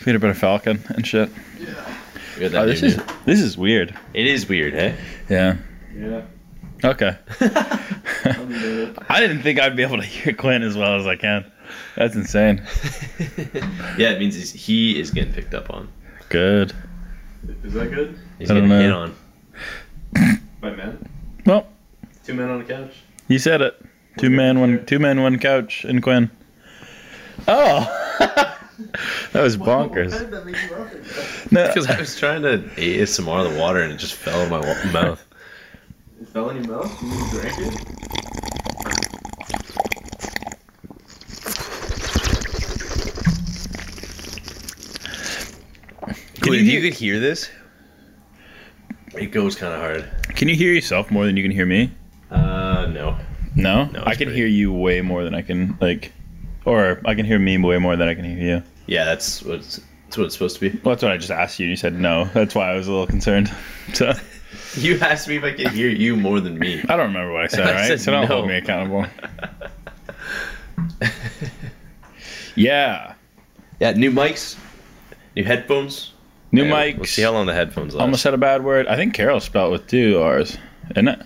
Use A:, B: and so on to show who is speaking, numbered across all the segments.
A: Peter Butter Falcon and shit.
B: You're that
A: Oh, this
B: dude.
A: is this is weird.
B: It is weird, hey?
A: Yeah.
C: Yeah.
A: Okay.
C: I'm good.
A: I didn't think I'd be able to hear Quinn as well as I can. That's insane.
B: yeah, it means he's, he is getting picked up on.
A: Good.
C: Is that good?
B: He's
A: I don't
B: getting hit
A: know.
B: on.
C: By men?
A: Well,
C: Two men on a couch?
A: you said it. Two men, one two men, one couch, and Quinn. Oh, that was bonkers.
C: that make you laugh?
A: No,
B: Because I was trying to ASMR the water and it just fell in my wa- mouth.
C: It fell in your mouth? You drank it?
A: can, you
B: if you
A: hear,
B: could hear this, it goes kind of hard.
A: can you hear yourself more than you can hear me?
B: Uh, no.
A: No,
B: No, it's
A: I can
B: pretty-
A: hear you way more than I can like, or I can hear me way more than I can hear you.
B: Yeah, that's what's that's what it's supposed to be.
A: Well, that's what I just asked you. and You said no. That's why I was a little concerned. So
B: You asked me if I could hear you more than me.
A: I don't remember what I said.
B: I
A: All right,
B: said
A: so don't
B: no.
A: hold me accountable. yeah,
B: Yeah, new mics, new headphones.
A: new
B: Yeah,
A: mics.
B: We'll see how long the headphones last.
A: Almost said a bad word. I think Carol spelled with two R's, isn't it?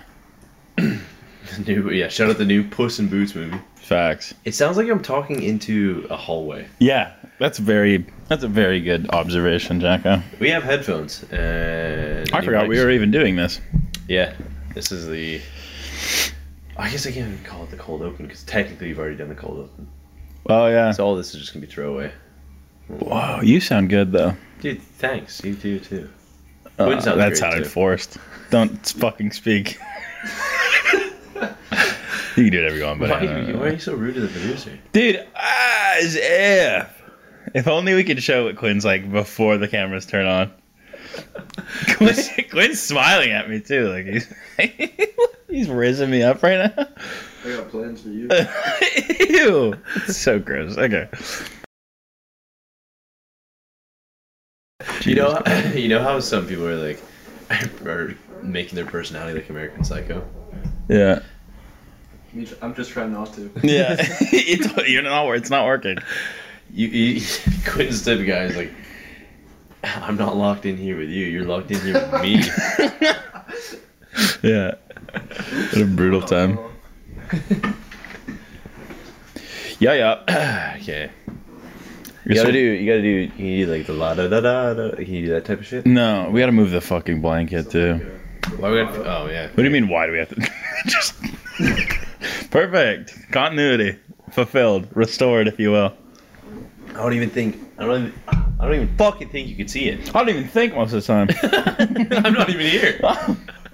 B: new, yeah. Shout out the new Puss in Boots movie.
A: Facts.
B: It sounds like I'm talking into a hallway.
A: Yeah, that's very that's a very good observation, Jacko.
B: We have headphones. And
A: I
B: new
A: forgot we
B: mics.
A: were even doing this.
B: Yeah, this is the. I guess I can't even call it the cold open because technically you've already done the cold open.
A: Oh yeah.
B: So all this is just gonna be throwaway.
A: Whoa, you sound good though.
B: Dude, thanks. You do too.
A: Uh,
B: Quinn sounds
A: that
B: great,
A: sounded
B: too.
A: forced. Don't s- fucking speak. you can do whatever you want, but
B: Why, you- why are you so rude to the producer?
A: dude, as if. If only we could show what Quinn's like before the cameras turn on. Quinn, Quinn's smiling at me too, like he's he's raising me up right now.
C: I got plans for you.
A: Ew. It's so gross. Okay.
B: You know, you know how some people are like, are making their personality like American Psycho.
A: Yeah.
C: Me tr- I'm just trying not to.
A: Yeah. it's, you're not, it's not working.
B: You, you Quinn's type of guy is like, I'm not locked in here with you. You're locked in here with me.
A: Yeah. What a brutal time.
C: Oh,
A: Yeah, yeah.
B: okay. You gotta do. You gotta do. You need like the la da da da da. Can you do that type of shit?
A: No, we gotta move the fucking blanket too.
C: yeah.
B: Why would I, oh yeah.
A: What do you mean? Why do we have to? Just perfect continuity fulfilled, restored, if you will.
B: I don't even think. I don't. Even, I don't even fucking think you could see it.
A: I don't even think most of the time.
B: I'm not even here.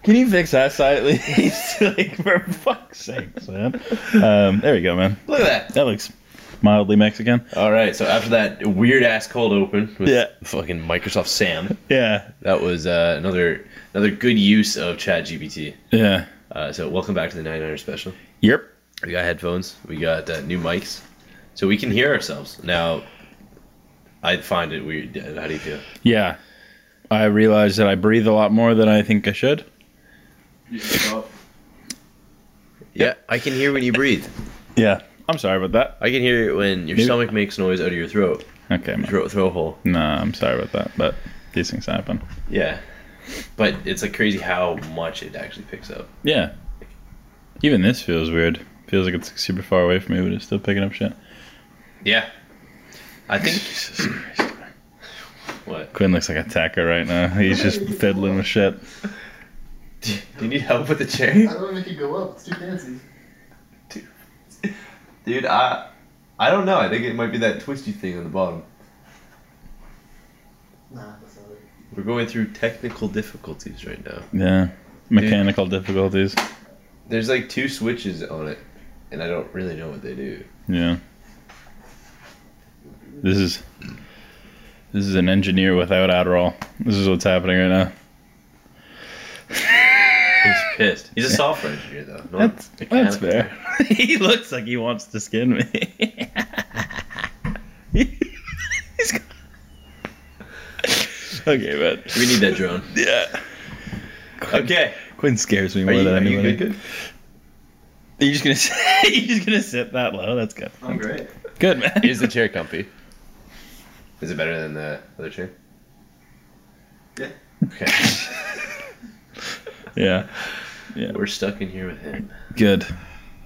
A: Can you fix that side at least? like for fuck's sakes, man. Um, there you go, man.
B: Look at that.
A: That looks mildly Mexican.
B: All right. So after that weird ass cold open with
A: Yeah.
B: fucking Microsoft Sam,
A: Yeah,
B: that was uh, another another good use of ChatGPT.
A: yeah.
B: Uh, so welcome back to the 99er special.
A: Yep.
B: We got headphones. We got uh, new mics, so we can hear ourselves now. I find it weird. uh, How do you feel?
A: Yeah. I realized that I breathe a lot more than I think I should.
C: You should up.
B: Yeah, I can hear when you breathe.
A: Yeah. I'm sorry about
B: I can hear it when your
A: Maybe-
B: stomach makes noise out of your throat,
A: that. Okay, man.
B: throat, throat hole.
A: Nah, I'm sorry about that, but these things happen.
B: Yeah, but it's like crazy how much it actually picks up.
A: Yeah. Even this feels weird. Feels like it's super far away from me, but it's still picking up shit.
B: Yeah, I think
A: Jesus Christ.
B: what?
A: Quinn looks like a tacker right now. He's just fiddling with shit.
B: Do you need help with the chair,
C: I don't make it go up. It's too fancy.
B: dude? I I don't know. I think it might be that twisty thing on the bottom.
C: Nah, that's not it.
B: We're going through technical difficulties right now.
A: Yeah. Mechanical difficulties.
B: There's like two switches on it, and I don't really know what they do.
A: Yeah. This is this is an engineer without Adderall. This is what's happening right now.
B: He's pissed. He's a software engineer though. not
A: That's,
B: a
A: that's
B: mechanical.
A: fair. he looks like he wants to skin me. He's got- okay, man.
B: We need that drone.
A: Yeah.
B: Okay.
A: Quinn scares me
B: Are
A: more
B: you,
A: than
B: are you
A: anybody.
B: good? Good.
A: Are you just gonna sit, you just gonna sit that low? That's good.
C: I'm great.
A: Good man.
B: Is the chair comfy? Is it better than the other chain?
C: Yeah.
B: Okay.
A: Yeah.
B: We're stuck in here with him.
A: Good.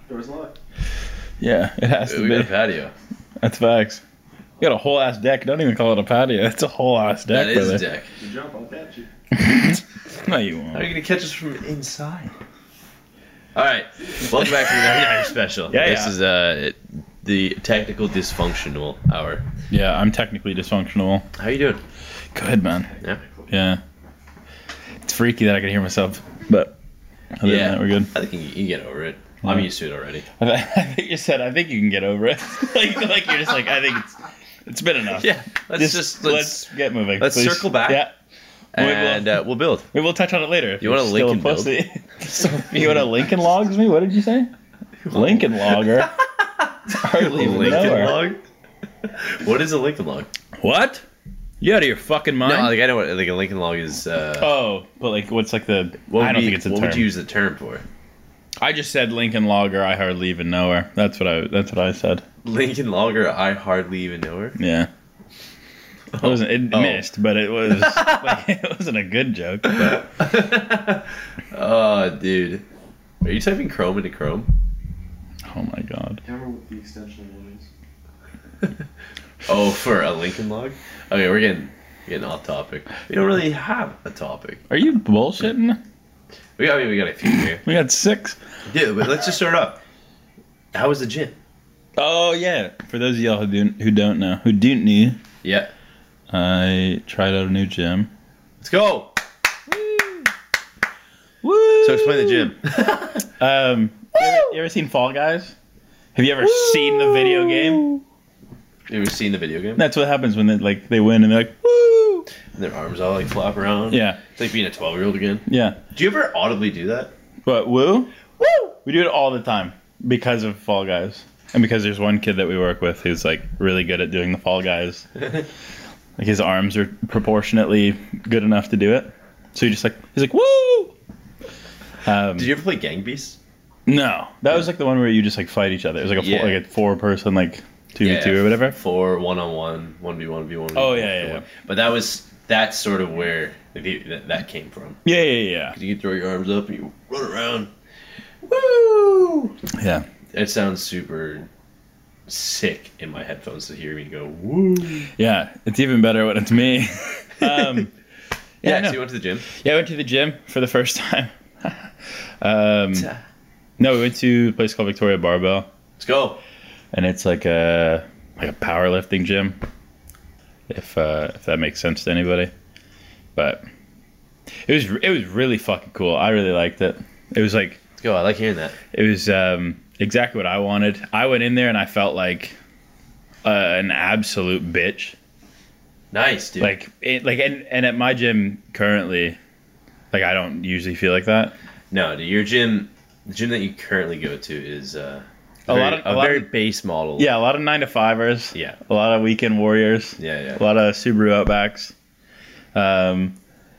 C: Door's locked.
A: Yeah, it has to
B: we got a
A: be.
B: patio.
A: That's facts. You got a whole ass deck. Don't even call it a patio. It's a whole ass deck,
B: that is
A: brother.
B: a deck.
C: If you jump, I'll catch you.
A: no, you
B: How are you
A: won't.
B: gonna catch us from inside? All right, welcome back to the Nine Hour Special.
A: Yeah,
B: this
A: yeah.
B: is uh it- the technical dysfunctional hour.
A: Yeah, I'm technically dysfunctional.
B: How you doing?
A: Good man.
B: Yeah.
A: Yeah. It's freaky that I can hear myself, but other
B: Yeah.
A: than that, we're good.
B: I think you, you get over it. I'm
A: Yeah.
B: used to it already.
A: I think you said I think you can get over it. like, like you're just like I think it's it's been enough.
B: Yeah. Let's just, let's,
A: let's, get moving.
B: let's
A: please.
B: circle back.
A: Yeah. We will.
B: and uh, we'll build.
A: Maybe we'll touch on it later. if
B: You
A: you're
B: want a
A: still
B: Lincoln build?
A: pussy. So, you want a Lincoln logs me? What did you say? Lincoln logger. Hardly even know her.
B: log. What is a Lincoln log?
A: What? You out of your fucking mind?
B: No, like I know what like a Lincoln log is. Uh,
A: oh, but like, what's like the?
B: what would
A: I don't
B: be-
A: think it's a
B: What
A: term.
B: would you use the term for?
A: I just said Lincoln logger. I hardly even know her. That's what I. That's what I said.
B: Lincoln logger. I hardly even know her.
A: Yeah. It wasn't. It
B: Oh.
A: missed, but it was. like, it wasn't a good joke. But
B: oh, dude. Are you typing Chrome into Chrome?
A: oh my god.
C: Hammer with the extension lines.
B: Oh, for a Lincoln log? Okay, we're getting getting off topic. We don't really have a topic.
A: Are you bullshitting?
B: We got, I mean, we got a few here.
A: We got six.
B: Dude, but let's just start up. How was the gym?
A: Oh yeah. For those of y'all who don't, who don't know, who don't know,
B: Yeah.
A: I tried out a new gym.
B: Let's go.
A: Woo!
B: So explain the gym.
A: Um, you ever, you ever seen Fall Guys? Have you ever seen the video game?
B: Have you seen the video game?
A: That's what happens when they like they win and they're like, woo!
B: And their arms all like flop around.
A: Yeah,
B: It's like being a 12 year old again.
A: yeah.
B: Do you ever audibly do that?
A: But woo, woo, we do it all the time because of Fall Guys and because there's one kid that we work with who's like really good at doing the Fall Guys. like his arms are proportionately good enough to do it. So he just like he's like woo. Um,
B: Did you ever play Gang Beasts?
A: no, that was like the one where you just like fight each other. It was like a
B: Yeah.
A: four, like a four person like two v two
B: Yeah,
A: or whatever.
B: Four one on one, one v one v one.
A: Oh, yeah, yeah, yeah.
B: But that was that's sort of where the, view- that, that came from.
A: Yeah, yeah,
B: 'Cause You could throw your arms up and you run around. Woo!
A: yeah, yeah.
B: That sounds super sick in my headphones to hear me go woo.
A: Yeah, it's even better when it's me. um, yeah,
B: Yeah,
A: I know.
B: so you went to the gym.
A: yeah, I went to the gym for the first time. um, no, we went to a place called Victoria Barbell,
B: Let's go.
A: and it's like a like a powerlifting gym, if uh, if that makes sense to anybody. But it was it was really fucking cool. I really liked it. It was like
B: Let's go. I like hearing that.
A: it was um, exactly what I wanted. I went in there and I felt like uh, an absolute bitch.
B: Nice, dude.
A: like it, like and, and at my gym currently like i don't usually feel like that
B: no, dude, your gym, the gym that you currently go to is uh,
A: A
B: very-
A: lot of- a lot
B: very
A: of-
B: base model.
A: yeah a lot of nine to fivers
B: Yeah.
A: a lot of weekend warriors
B: Yeah, yeah.
A: a lot of subaru outbacks um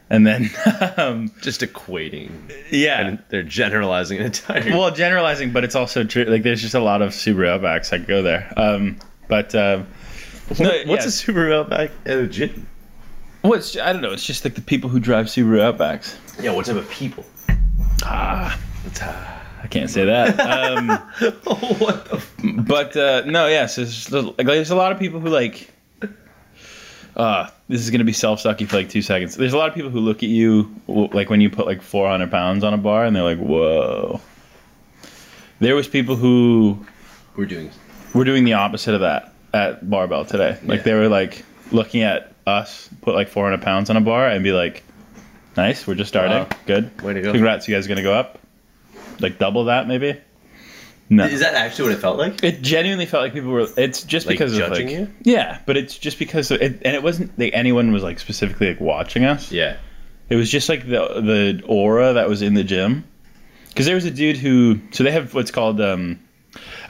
A: and then um
B: Just equating.
A: yeah
B: And they're generalizing an entire.
A: well generalizing but it's also true like there's just a lot of subaru outbacks that go there um but um no,
B: what's
A: yeah.
B: a super outback at a gym?
A: well, it's, I don't know. It's just like the people who drive Subaru Outbacks.
B: Yeah, what type of people?
A: Ah,
B: It's, uh,
A: I can't say that. Um,
B: what the? F-
A: But uh, no, yes, there's, just little- like, there's a lot of people who like. Uh, this is gonna be self-sucky for like two seconds. There's a lot of people who look at you w- like when you put like 400 pounds on a bar, and they're like, "Whoa." There was people who
B: We're doing.
A: were doing the opposite of that at barbell today. Like
B: Yeah.
A: they were like looking at us put like 400 pounds on a bar and be like, "Nice, we're just starting.
B: Wow.
A: Good.
B: Way to go.
A: Congrats, you guys are gonna go up, like double that maybe." No,
B: Is that actually what it felt like?
A: it genuinely felt like people were. It's just
B: Like,
A: because of
B: judging
A: like
B: you?
A: yeah, but it's just because of it, and it wasn't like anyone was like specifically like watching us.
B: Yeah.
A: It was just like the the aura that was in the gym. Because there was a dude who so they have what's called um,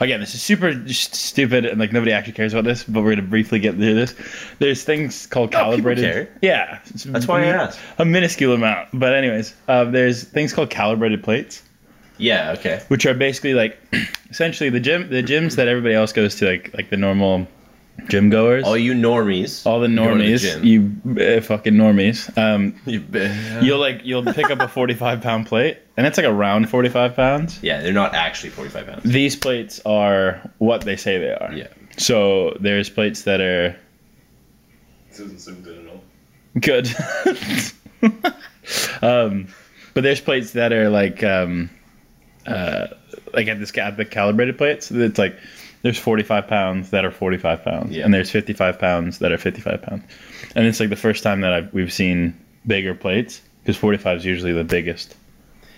A: again this is super just stupid and like nobody actually cares about this, but we're gonna briefly get through this. There's things called
B: No, Oh, people
A: calibrated.
B: care.
A: Yeah, it's
B: That's why I
A: a-
B: asked.
A: A minuscule amount, but anyways, uh, there's things called calibrated plates
B: Yeah. Okay.
A: which are basically like essentially the gym the gyms that everybody else goes to like like the normal Gym goers.
B: All you normies.
A: all the
B: go to the
A: normies,
B: gym.
A: you uh, fucking normies. Um,
B: You bet.
A: you'll like you'll pick up a 45 pound plate, and it's like around 45 pounds.
B: yeah, they're not actually 45 pounds.
A: These plates are what they say they are.
B: Yeah.
A: So there's plates that are
C: This doesn't sound good at all.
A: good, um, but there's plates that are like um, uh, like at this at the calibrated plates. It's like there's 45 pounds that are 45 pounds,
B: Yeah.
A: and there's 55 pounds that are 55 pounds, and it's like the first time that I've, we've seen bigger plates because 45 is usually the biggest.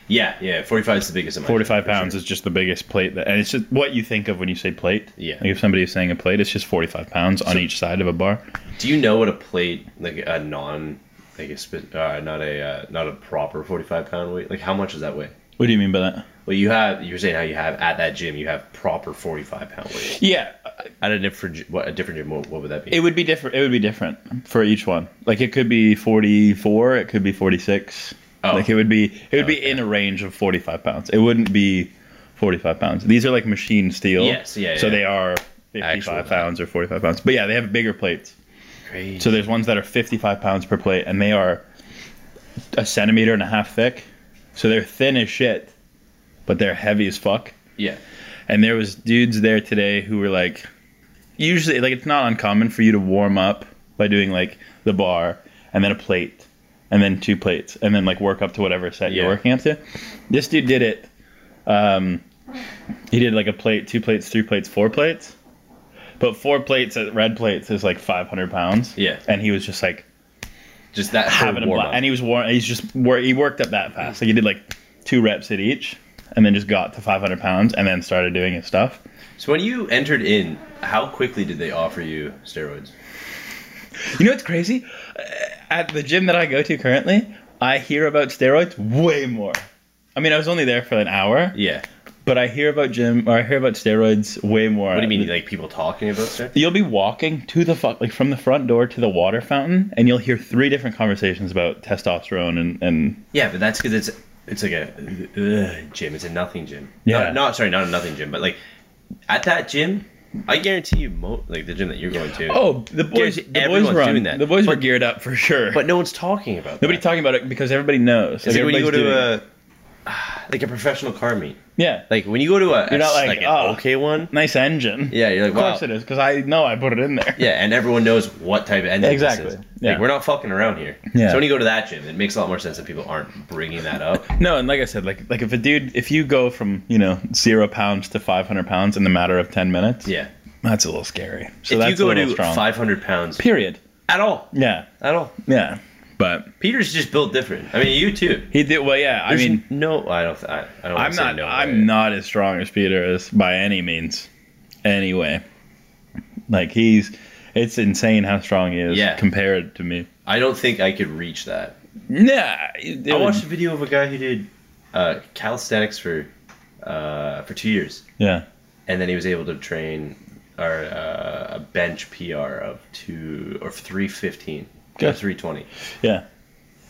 B: Yeah, yeah. 45 is the biggest. amount.
A: 45
B: For sure.
A: pounds is just the biggest plate that, and it's just what you think of when you say plate.
B: Yeah.
A: Like if somebody is saying a plate, it's just 45 pounds on
B: So-
A: each side of a bar.
B: Do you know what a plate, like a non, like a spit, uh, not a, uh, not a proper 45 pound weight? Like how much is that weigh?
A: What do you mean by that?
B: Well, you have, you're saying how you have at that gym, you have proper 45 pound weight.
A: Yeah,
B: At a different, gy- what a different gym, what, what would that be?
A: it would be different. It would be different for each one. Like it could be 44, it could be 46.
B: Oh.
A: Like it would be, it would be
B: Okay.
A: in a range of 45 pounds. It wouldn't be 45 pounds. These are like machine steel.
B: Yes, yeah,
A: So
B: yeah.
A: they are 55
B: Actual.
A: pounds or 45 pounds. But yeah, they have bigger plates.
B: Crazy.
A: So there's ones that are 55 pounds per plate, and they are a centimeter and a half thick. So they're thin as shit, but they're heavy as fuck.
B: yeah.
A: And there was dudes there today who were like, usually like it's not uncommon for you to warm up by doing like the bar and then a plate and then two plates and then like work up to whatever set you're
B: Yeah.
A: working up to. This dude did it. Um, he did like a plate, two plates, three plates, four plates. But four plates at red plates is like 500 pounds.
B: Yeah.
A: And he was just like
B: Just that
A: having a
B: warm
A: blast. And he was war- he's just wor- he worked up that fast. Like he did like two reps at each, and then just got to 500 pounds, and then started doing his stuff.
B: So when you entered in, how quickly did they offer you steroids?
A: You know what's crazy? Uh, At the gym that I go to currently, I hear about steroids way more. I mean, I was only there for an hour,
B: Yeah.
A: but I hear about gym or I hear about steroids way more.
B: What do you mean, like people talking about steroids?
A: You'll be walking to the fuck like from the front door to the water fountain, and you'll hear three different conversations about testosterone and and
B: Yeah, but that's because it's it's like a ugh, gym. It's a nothing gym.
A: Yeah.
B: Not, not sorry, not a nothing gym, but like at that gym, I guarantee you, mo- like the gym that you're going to.
A: oh the boys
B: Guarantee
A: the boys
B: everyone's
A: were on-
B: doing that.
A: the boys were geared up for sure.
B: But no one's talking about.
A: Nobody
B: That.
A: talking about it because everybody knows.
B: It's like when you go
A: everybody's doing it.
B: to a like a professional car meet.
A: yeah,
B: Like when you go to a
A: You're not like,
B: an
A: "Oh."
B: okay one.
A: nice engine.
B: Yeah, you're like
A: of course
B: wow.
A: it is because I know I put it in there.
B: Yeah, and everyone knows what type of engine
A: Exactly,
B: This is.
A: yeah.
B: Like we're not fucking around here.
A: Yeah.
B: So when you go to that gym, it makes a lot more sense that people aren't bringing that up.
A: No, and like I said, like like if a dude, if you go from you know zero pounds to five hundred pounds in the matter of ten minutes,
B: Yeah.
A: that's a little scary. So
B: if
A: that's
B: you go
A: a little
B: to
A: strong.
B: 500 pounds
A: period.
B: at all,
A: Yeah,
B: at all,
A: yeah, but
B: Peter's just built different. I mean, you too.
A: he did well. Yeah, I
B: There's
A: mean,
B: no, I don't. I, I don't. wanna
A: I'm
B: say
A: not,
B: No,
A: I'm
B: right?
A: not as strong as Peter is by any means. Anyway, like he's, it's insane how strong he is
B: Yeah.
A: compared to me.
B: I don't think I could reach that.
A: Yeah, it- it
B: I
A: would-
B: watched a video of a guy who did uh, calisthenics for uh, for two years,
A: yeah.
B: and then he was able to train or uh, a bench PR of two or three fifteen.
A: Good.
B: Three twenty.
A: Yeah.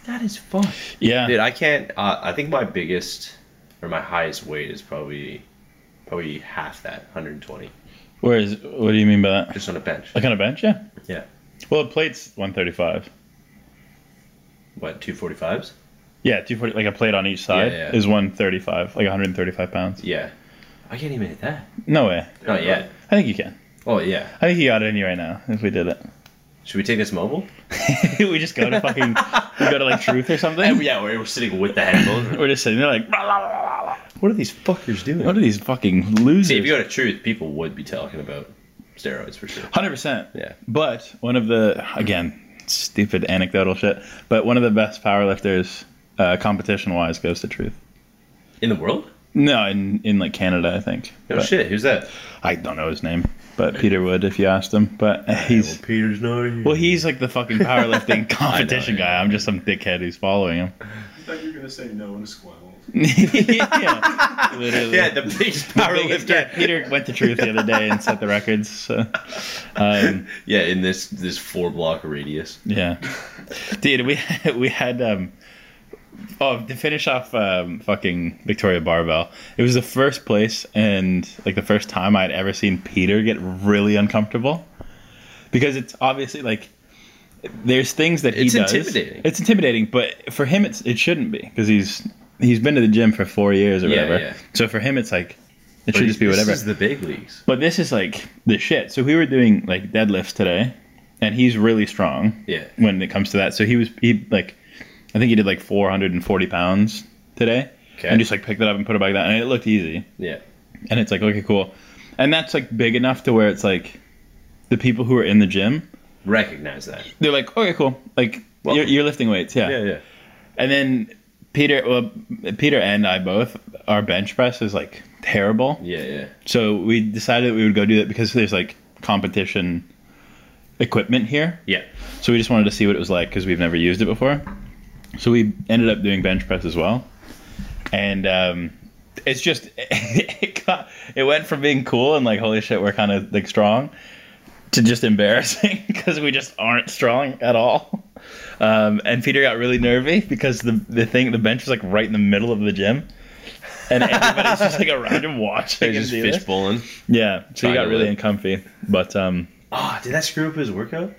B: That is fun.
A: Yeah.
B: Dude, I can't. Uh, I think my biggest or my highest weight is probably probably half that, 120,
A: Whereas, what do you mean by that?
B: just on a bench.
A: Like on a bench? Yeah.
B: Yeah.
A: Well, a plate's 135.
B: What, 245s?
A: Yeah, 240, like a plate on each side
B: Yeah, yeah.
A: is 135, like 135 pounds.
B: Yeah. I can't even hit that.
A: No way.
B: Not yet.
A: I think you can.
B: Oh yeah.
A: I think you got it in you right now if we did
B: Should we take this mobile?
A: it. we just go to fucking, we go to like Truth or something.
B: And yeah, we're, we're sitting with the headphones.
A: We're just sitting there like,
B: what are these fuckers doing?
A: what are these fucking losers?
B: See, if you go to truth, people would be talking about steroids for sure.
A: 100%.
B: Yeah.
A: But one of the, again, stupid anecdotal shit, but one of the best powerlifters, uh, competition wise, goes to Truth.
B: In the world?
A: No, in, in like Canada, I think.
B: No
A: But
B: Oh, shit. Who's that?
A: I don't know his name, but Peter would if you asked him. But he's.
B: Peter's not here.
A: Well, he's like the fucking powerlifting competition
B: yeah.
A: guy. I'm just some dickhead who's following him.
C: I thought you were gonna say no and squabble.
A: yeah, literally.
B: yeah, the biggest
A: The
B: power
A: biggest-
B: lifter.
A: yeah, Peter went to truth the other day and set the records. So. Um,
B: Yeah, in this this four block radius.
A: yeah, dude, we we had um, oh to finish off um, fucking Victoria Barbell. It was the first place and like the first time I'd ever seen Peter get really uncomfortable. because it's obviously like there's things that he
B: It's
A: does.
B: intimidating.
A: It's intimidating, but for him, it's it shouldn't be because he's he's been to the gym for four years or
B: Yeah,
A: whatever.
B: yeah.
A: So for him, it's like it
B: But
A: should just be
B: this
A: whatever.
B: is the big leagues.
A: But this is like the shit. So we were doing like deadlifts today, and he's really strong
B: Yeah.
A: when it comes to that. So he was he like, I think he did like 440 pounds today,
B: Okay.
A: and just like picked it up and put it back down, and it looked easy.
B: yeah.
A: And it's like okay, cool, and that's like big enough to where it's like, the people who are in the gym,
B: Recognize that.
A: they're like okay, cool, like
B: Welcome.
A: you're, you're lifting weights, yeah.
B: yeah.
A: And then Peter, well, Peter and I both, our bench press is like terrible.
B: Yeah, yeah.
A: So we decided that we would go do that because there's like competition equipment here.
B: Yeah.
A: So we just wanted to see what it was like because we've never used it before. So we ended up doing bench press as well, and um, it's just it got, it went from being cool and like holy shit we're kind of like strong to just embarrassing because we just aren't strong at all. Um, and Peter got really nervy because the the thing the bench was like right in the middle of the gym, and everybody's just like around him watching.
B: They're
A: him
B: just
A: do this.
B: fish bowling.
A: Yeah, so he
B: Trying
A: got
B: to
A: really
B: live.
A: uncomfy. But um,
B: Ah, did that screw up his workout?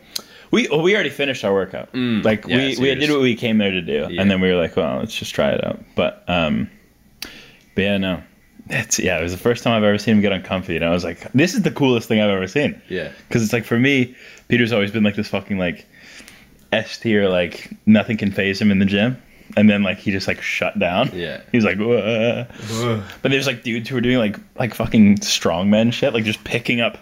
A: we well, we already finished our workout.
B: Mm,
A: like
B: yeah,
A: we,
B: so
A: we
B: you're
A: did
B: just-
A: what we came there to do,
B: Yeah.
A: and then we were like, well, let's just try it out. But um, but yeah, no, that's yeah. It was the first time I've ever seen him get uncomfy, and I was like, this is the coolest thing I've ever seen.
B: Yeah.
A: Because it's like for me, Peter's always been like this fucking like S tier, like nothing can phase him in the gym, and then like he just like shut down.
B: Yeah.
A: He's like, Whoa. but there's like dudes who are doing like like fucking strongman shit, like just picking up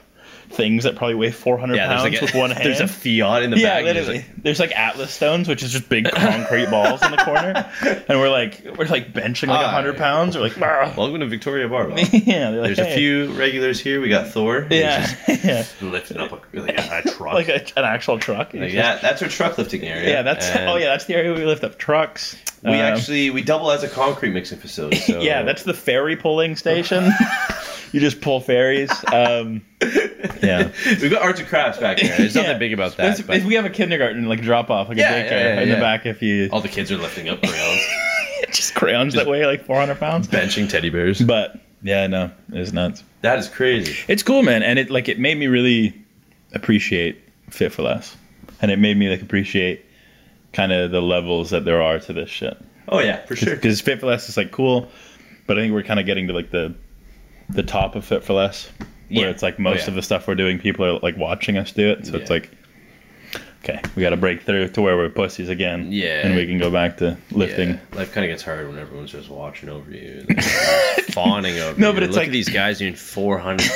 A: things that probably weigh 400
B: Yeah, there's
A: pounds
B: like a,
A: with one hand.
B: There's a fiat in the
A: yeah,
B: back. and just
A: literally. There's like atlas stones, which is just big concrete balls in the corner, and we're like we're like benching like
B: Ah,
A: 100
B: yeah.
A: pounds. We're like, "Brr."
B: like, Welcome to Victoria Barbell.
A: yeah. they're like,
B: There's
A: "Hey."
B: a few regulars here. We got Thor. who's
A: Yeah, yeah.
B: Just lifting up a, like a, a truck.
A: like a, an actual truck.
B: Like, that, that's our truck lifting area.
A: Yeah, that's
B: And
A: oh yeah, that's the area we lift up trucks.
B: We
A: Um,
B: actually we double as a concrete mixing facility. So
A: yeah, that's the ferry pulling station. you just pull ferries. Um, yeah.
B: We've got arts and crafts back here. There's
A: Yeah.
B: nothing big about
A: That's-
B: that. But
A: if we have a kindergarten like drop off, like
B: Yeah,
A: a daycare
B: yeah, yeah,
A: in the
B: yeah.
A: back, if you
B: all the kids are lifting up crayons,
A: just crayons that weigh like 400 pounds.
B: benching teddy bears.
A: But yeah, no, it's nuts.
B: That is crazy.
A: It's cool, man, and it like it made me really appreciate Fit for Less, and it made me like appreciate kind of the levels that there are to this shit.
B: Oh yeah, for sure.
A: because Fit for Less is like cool, but I think we're kind of getting to like the the top of Fit for Less, where
B: Yeah.
A: it's like
B: Oh,
A: most
B: yeah.
A: of the stuff we're doing, people are like watching us do it, so it's
B: Yeah.
A: like, okay, we got to break through to where we're pussies again,
B: Yeah.
A: and we can go back to lifting.
B: Yeah, life kind of gets hard when everyone's just watching over you, and fawning over you.
A: No, but it's
B: Look
A: like-
B: at these guys doing 400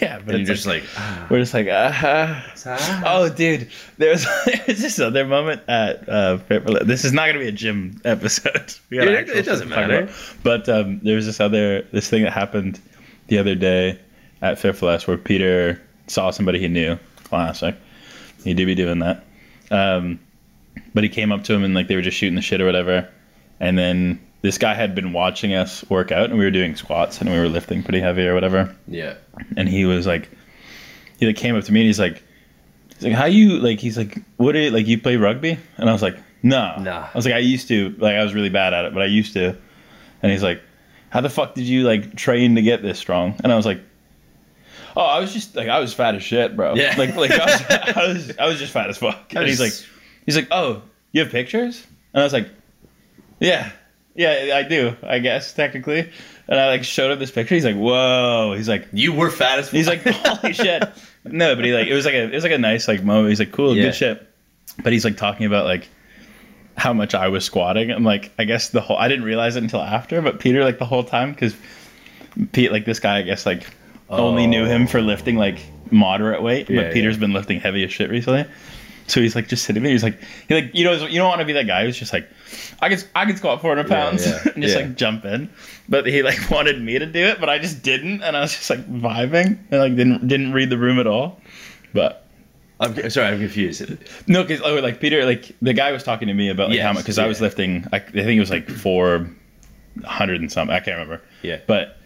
A: Yeah, but
B: and you're
A: it's
B: just
A: like,
B: like, ah,
A: we're just like, uh
B: ah.
A: Oh, dude, there's there's this other moment at uh, Fit for Less. This is not gonna be a gym episode. We got
B: It-
A: actual
B: it doesn't
A: stuff to talk
B: matter.
A: about. But um, there was this other this thing that happened the other day at Fit for Less where Peter saw somebody he knew. Classic. He do be doing that. Um, but he came up to him and like they were just shooting the shit or whatever. And then this guy had been watching us work out and we were doing squats and we were lifting pretty heavy or whatever
B: yeah,
A: and he was like he like came up to me and he's like he's like how you like he's like what are you like you play rugby and i was like nah
B: Nah.
A: i was like i used to like i was really bad at it but i used to and he's like how the fuck did you like train to get this strong and i was like oh i was just like i was fat as shit bro
B: Yeah.
A: like like i was i was, I was just fat as fuck and he's like he's like oh you have pictures and i was like yeah yeah i do i guess technically and i like showed him this picture he's like whoa he's like
B: you were fat as.
A: He's
B: fuck."
A: like, holy shit. No, but he like it was like a it was like a nice like moment. He's like, cool,
B: Yeah.
A: good shit. But he's like talking about like how much I was squatting. I'm like, I guess the whole I didn't realize it until after, but Peter like the whole time because Pete like this guy I guess like
B: Oh.
A: only knew him for lifting like moderate weight,
B: Yeah,
A: but Peter's
B: yeah.
A: been lifting heavy as shit recently. So he's like just sitting there. He's like, he like you know you don't want to be that guy who's just like, I can I can squat 400
B: Yeah,
A: pounds
B: yeah,
A: and just
B: yeah.
A: like jump in. But he like wanted me to do it, but I just didn't, and I was just like vibing and like didn't didn't read the room at all. But
B: I'm sorry, I'm confused.
A: no, because oh, like Peter, like the guy was talking to me about like how
B: Yes,
A: much because I
B: yeah.
A: was lifting. I, I think it was like four hundred and something. I can't remember.
B: Yeah.
A: But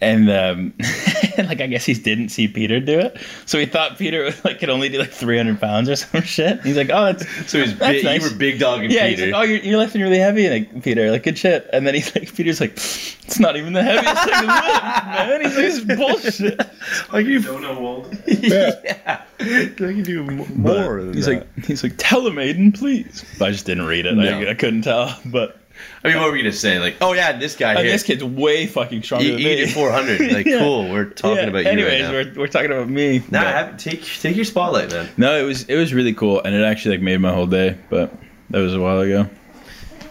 A: and um, like I guess he didn't see Peter do it, so he thought Peter was, like could only do like 300 pounds or some shit. He's like, oh, that's
B: So he's
A: That's
B: big,
A: nice.
B: you were big dog and
A: yeah.
B: Peter.
A: He's like, oh, you're, you're lifting really heavy, like Peter, like good shit. And then he's like, Peter's like, it's not even the heaviest thing in the world, man. He's like, this is bullshit.
B: like you,
C: Don't know Wald.
B: yeah, I can do m-
A: But
B: more. Than
A: he's
B: that.
A: like, he's like, tell him, Aiden, please. I just didn't read it.
B: No.
A: I, I couldn't tell, but.
B: I mean, what were we gonna say? Like, oh yeah, this guy
A: I mean,
B: here,
A: Uh, this kid's way fucking stronger
B: he,
A: than
B: he
A: me.
B: did 400. Like,
A: Yeah.
B: cool. We're talking
A: Yeah,
B: about you
A: Anyways,
B: right now.
A: we're, we're talking about me.
B: Nah,
A: but-
B: have, take take your spotlight, man.
A: no, it was it was really cool, and it actually like made my whole day. But that was a while ago.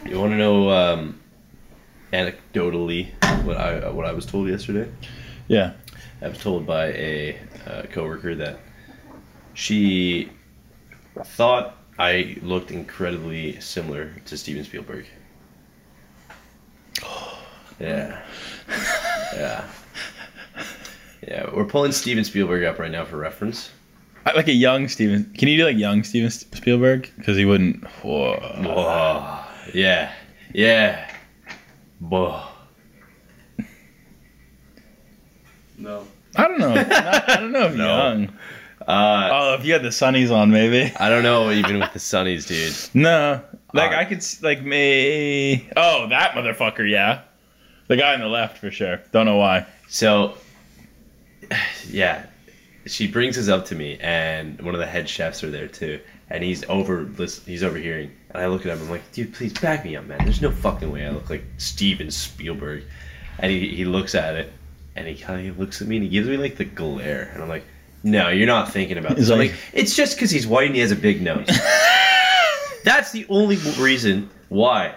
B: You want to know um, anecdotally what I what I was told yesterday?
A: Yeah.
B: I was told by a uh, coworker that she thought I looked incredibly similar to Steven Spielberg. Yeah, yeah, yeah. We're pulling Steven Spielberg up right now for reference.
A: I, like a young Steven. Can you do like young Steven S- Spielberg? Because he wouldn't. Whoa.
B: Whoa. Yeah, yeah. Whoa.
C: No.
A: I don't know. Not- I don't know if
B: No.
A: young.
B: Uh,
A: Oh, if you had the sunnies on, maybe.
B: I don't know, even with the Sunnies, dude.
A: No. Like
B: Uh,
A: I could s- like me. Oh, that motherfucker. Yeah. The guy on the left for sure. Don't know why.
B: So, yeah, she brings this up to me, and one of the head chefs are there too, and he's over listen, he's overhearing, and I look at him, I'm like, dude, please back me up, man. There's no fucking way I look like Steven Spielberg, and he, he looks at it, and he kind of looks at me, and he gives me like the glare, and I'm like. No, you're not thinking about this.
A: He's
B: I'm
A: like-
B: like, it's just because he's white and he has a big nose. That's the only reason why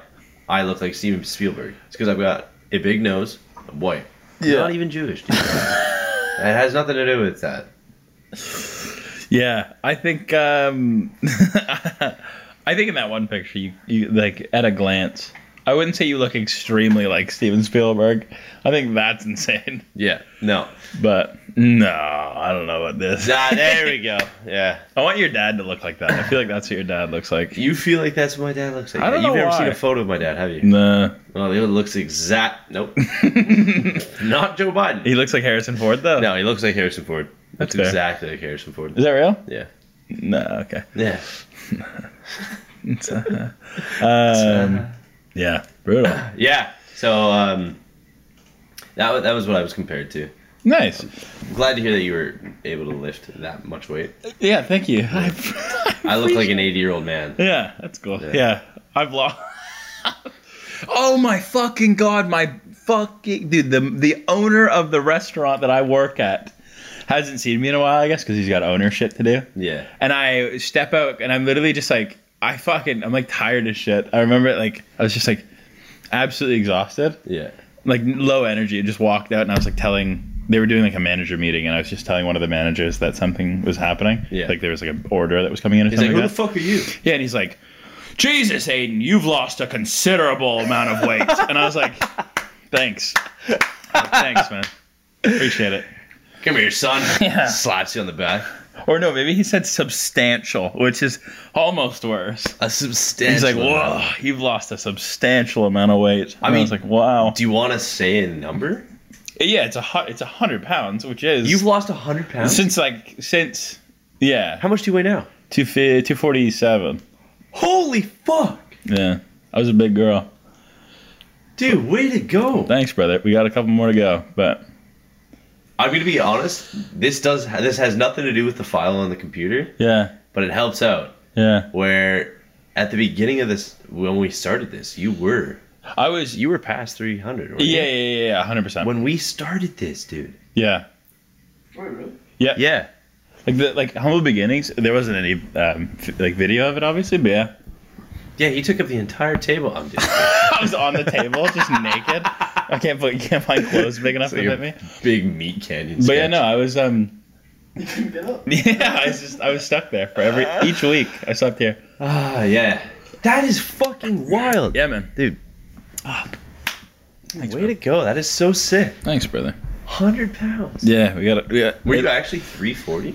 B: I look like Steven Spielberg. It's because I've got a big nose, I'm white.
A: Yeah.
B: Not even Jewish, dude. it has nothing to do with that.
A: Yeah, I think um, I think in that one picture, you, you like at a glance, I wouldn't say you look extremely like Steven Spielberg. I think that's insane.
B: Yeah. No.
A: But no, I don't know about this.
B: Ah, there we go. Yeah.
A: I want your dad to look like that. I feel like that's what your dad looks like.
B: You feel like that's what my dad looks like.
A: I don't
B: You've
A: know
B: never seen
A: why.
B: a photo of my dad, have you?
A: Nah,
B: Well, he looks exact. Nope.
A: he
B: Not Joe Biden.
A: looks like Harrison Ford though.
B: No, he looks like Harrison Ford.
A: That's
B: That's
A: fair.
B: exactly like Harrison Ford.
A: is that real?
B: Yeah.
A: No, okay.
B: Yeah.
A: It's, uh, um, yeah, brutal.
B: Yeah. So um, that wa- that was what I was compared to.
A: Nice.
B: I'm glad to hear that you were able to lift that much weight.
A: Yeah, thank you. I,
B: I look like an 80 year old man.
A: Yeah, that's cool. Yeah,
B: Yeah.
A: I've lost. oh my fucking god! My fucking dude, the the owner of the restaurant that I work at hasn't seen me in a while, I guess, because he's got owner shit to do.
B: Yeah.
A: And I step out, and I'm literally just like, I fucking, I'm like tired as shit. I remember, like, I was just like, absolutely exhausted
B: Yeah.
A: like low energy and just walked out and I was like telling they were doing like a manager meeting and I was just telling one of the managers that something was happening.
B: Yeah.
A: Like there was like an order that was coming in or
B: He's like,
A: something.
B: who the
A: Like that.
B: fuck are you?
A: yeah, and he's like, Jesus, Aiden, you've lost a considerable amount of weight. and I was like, Thanks. Uh, Thanks, man. Appreciate it.
B: Come here, son.
A: Yeah.
B: Slaps you on the back.
A: Or no, maybe he said substantial, which is almost worse.
B: A substantial.
A: He's like,
B: amount.
A: Whoa, you've lost a substantial amount of weight. And I,
B: mean-
A: was like, Wow.
B: Do you want to say a number?
A: Yeah, it's a hu- it's a hundred pounds, which is
B: You've lost 100 pounds?
A: since like since yeah
B: How much do you weigh now?
A: 250 247
B: Holy fuck!
A: yeah i was a big girl
B: Dude, way to go!
A: thanks brother we got a couple more to go but
B: I'm gonna be honest. This does. This has nothing to do with the file on the computer,
A: yeah
B: but it helps out.
A: yeah
B: Where at the beginning of this, when we started this, you were
A: i was you
B: you were past 300. weren't you?
A: yeah yeah yeah yeah 100%
B: When we started this, dude.
A: yeah
C: Wait, really?
B: Yeah.
A: like the like humble beginnings there wasn't any um, f- like video of it obviously but yeah
B: Yeah, he took up the entire table. I'm just
A: i was on the table just naked i can't believe you can't find clothes big enough
B: So
A: to
B: you're-
A: fit me
B: big meat canyon.
A: but yeah no i was um
C: You couldn't get up.
A: yeah i was just i was stuck there for every each week i slept here
B: Ah, yeah. That is fucking wild.
A: yeah man
B: Dude.
A: thanks,
B: Way
A: bro.
B: to go. That is so sick.
A: thanks brother
B: 100 pounds.
A: yeah we got it yeah
B: Were you actually 340?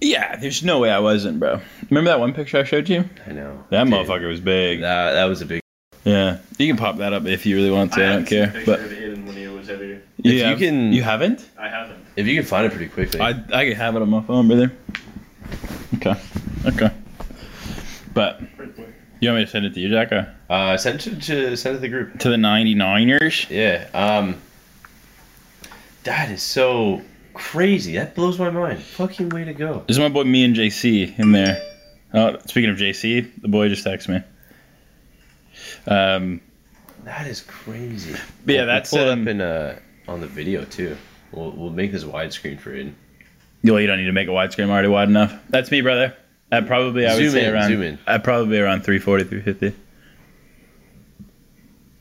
A: Yeah, there's no way I wasn't, bro. Remember that one picture I showed you?
B: I know.
A: That
B: Dude,
A: motherfucker was big.
B: That, that was a big.
A: Yeah, you can pop that up if you really want to. I, don't
C: haven't seen a
A: care.
C: picture
A: But
C: of Aiden when he was heavier.
B: If you can-
A: you haven't?
C: I haven't.
B: If you can find it pretty quickly.
A: I I can have it on my phone, brother. Okay, okay. But
C: Pretty quick.
A: you want me to send it to you, Jack? or-
B: uh, send it to send it to the group.
A: To the 99ers?
B: Yeah. Um. That is so crazy. That blows my mind. Fucking way to go.
A: This is my boy, me and JC in there. Oh, speaking of JC, the boy just texted me. Um,
B: That is crazy.
A: but yeah,
B: We'll
A: that's
B: pull it
A: um,
B: up in uh on the video too. We'll we'll make this widescreen for Aiden.
A: Well, you don't need to make a widescreen. I'm already wide enough. That's me, brother. At probably I would
B: Zoom
A: say
B: in,
A: around.
B: zoom in.
A: I'd probably be around 340, 350.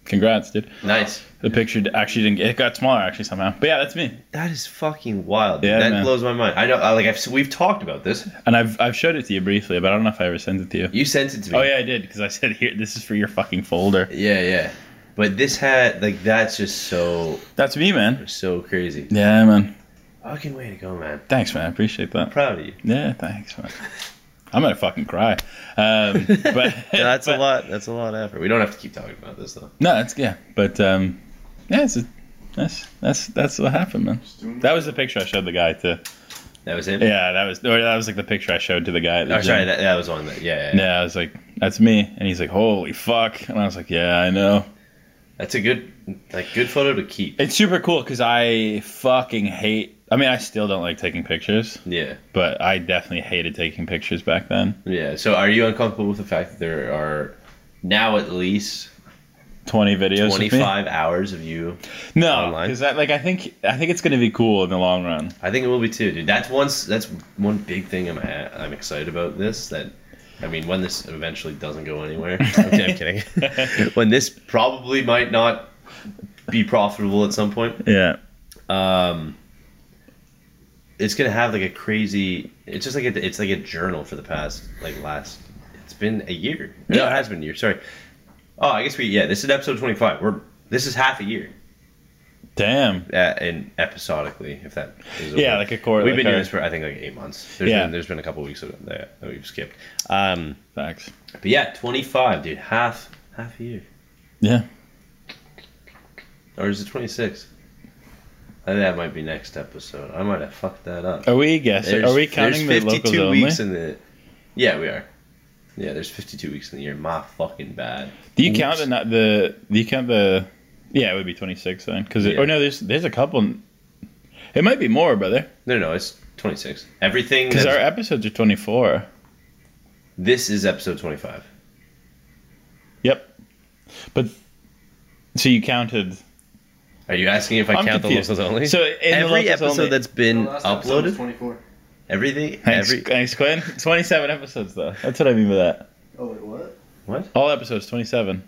A: Congrats, dude.
B: Nice.
A: The picture d- actually didn't. It got smaller actually somehow. But yeah, that's me.
B: That is fucking wild.
A: Yeah,
B: that
A: man.
B: blows my mind. I know. I, like I've s- we've talked about this.
A: And I've I've showed it to you briefly, but I don't know if I ever sent it to you.
B: You sent it to me.
A: Oh yeah, I did because I said here this is for your fucking folder.
B: Yeah, yeah. But this hat, like that's just so
A: That's me, man.
B: so crazy.
A: Yeah, man.
B: Fucking way to go, man.
A: Thanks, man. I appreciate
B: I'm
A: that.
B: proud of you.
A: Yeah, thanks, man. I'm gonna fucking cry. Um, but
B: No, that's
A: but-
B: a lot. That's a lot of effort. We don't have to keep talking about this though.
A: No, that's yeah. But um, yeah, it's a, that's that's that's what happened, man.
C: Just doing
A: That was the picture I showed the guy to.
B: That was it.
A: Yeah, that was or that was like the picture I showed to the guy. At the
B: Oh, sorry.
A: gym.
B: That, that was on that. Yeah, yeah, yeah.
A: Yeah, I was like, "That's me," and he's like, "Holy fuck!" And I was like, "Yeah, I know."
B: That's a good, like, good photo to keep.
A: It's super cool because I fucking hate. I mean, I still don't like taking pictures,
B: Yeah,
A: but I definitely hated taking pictures back then.
B: yeah. So, are you uncomfortable with the fact that there are now at least
A: Twenty videos. of me?
B: twenty five hours of you?
A: No,
B: online?
A: because like I think I think it's gonna be cool in the long run.
B: I think it will be too, dude. That's once. That's one big thing I'm at, I'm excited about this. That, I mean, when this eventually doesn't go anywhere. Okay, I'm kidding. when this probably might not be profitable at some point.
A: Yeah.
B: um it's gonna have like a crazy it's just like a, it's like a journal for the past like last it's been a year no it
A: Yeah.
B: has been a year sorry oh i guess we yeah this is episode 25 we're this is half a year
A: Damn.
B: uh, and episodically if that is a
A: Yeah,
B: word.
A: like a quarter-
B: we've
A: like
B: been doing
A: a-
B: this for i think like eight months there's
A: Yeah.
B: been, there's been a couple weeks of that that we've skipped um
A: Facts.
B: but yeah 25 dude half half a year
A: Yeah.
B: or is it 26 I think that might be next episode. I might have fucked that up.
A: Are we guessing? Are we
B: there's
A: counting the locals only?
B: weeks in the. Yeah, we are. Yeah, there's 52 weeks in the year. My fucking bad.
A: Do you
B: Oops.
A: count the not the? Do you count the? Yeah, it would be twenty six then, because
B: Yeah.
A: or no, there's there's a couple. It might be more, brother,
B: No, no, it's 26. Everything.
A: because our
B: that's-
A: episodes are twenty four.
B: This is episode 25.
A: Yep, but so you counted.
B: Are you asking if I
A: I'm
B: count
A: confused.
B: the locals only?
A: So in the
B: every
A: locals
B: episode
A: only-
B: that's been
C: The last episode was
B: uploaded,
C: 24.
B: everything,
A: Thanks,
B: every
A: thanks, Quinn. Twenty seven episodes though. That's what I mean by that.
C: Oh, wait, what?
B: what?
A: All episodes twenty seven,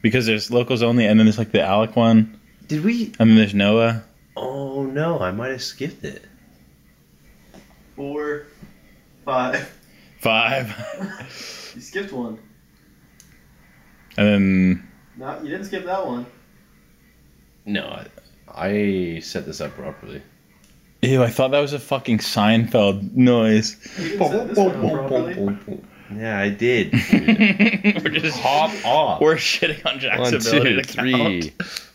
A: because there's locals only, and then there's like the Alec one,
B: Did we?
A: and then there's Noah.
B: Oh no, I might have skipped it.
C: Four, five.
A: Five,
C: You skipped one.
A: and then
C: No, you didn't skip that one.
B: No, I, I set this up properly.
A: ew, I thought that was a fucking Seinfeld noise.
C: You didn't set this one up properly.
B: Yeah, I did.
A: we're just
B: Hop off.
A: We're shitting on Jack's
B: One,
A: ability
B: two,
A: to count.
B: three,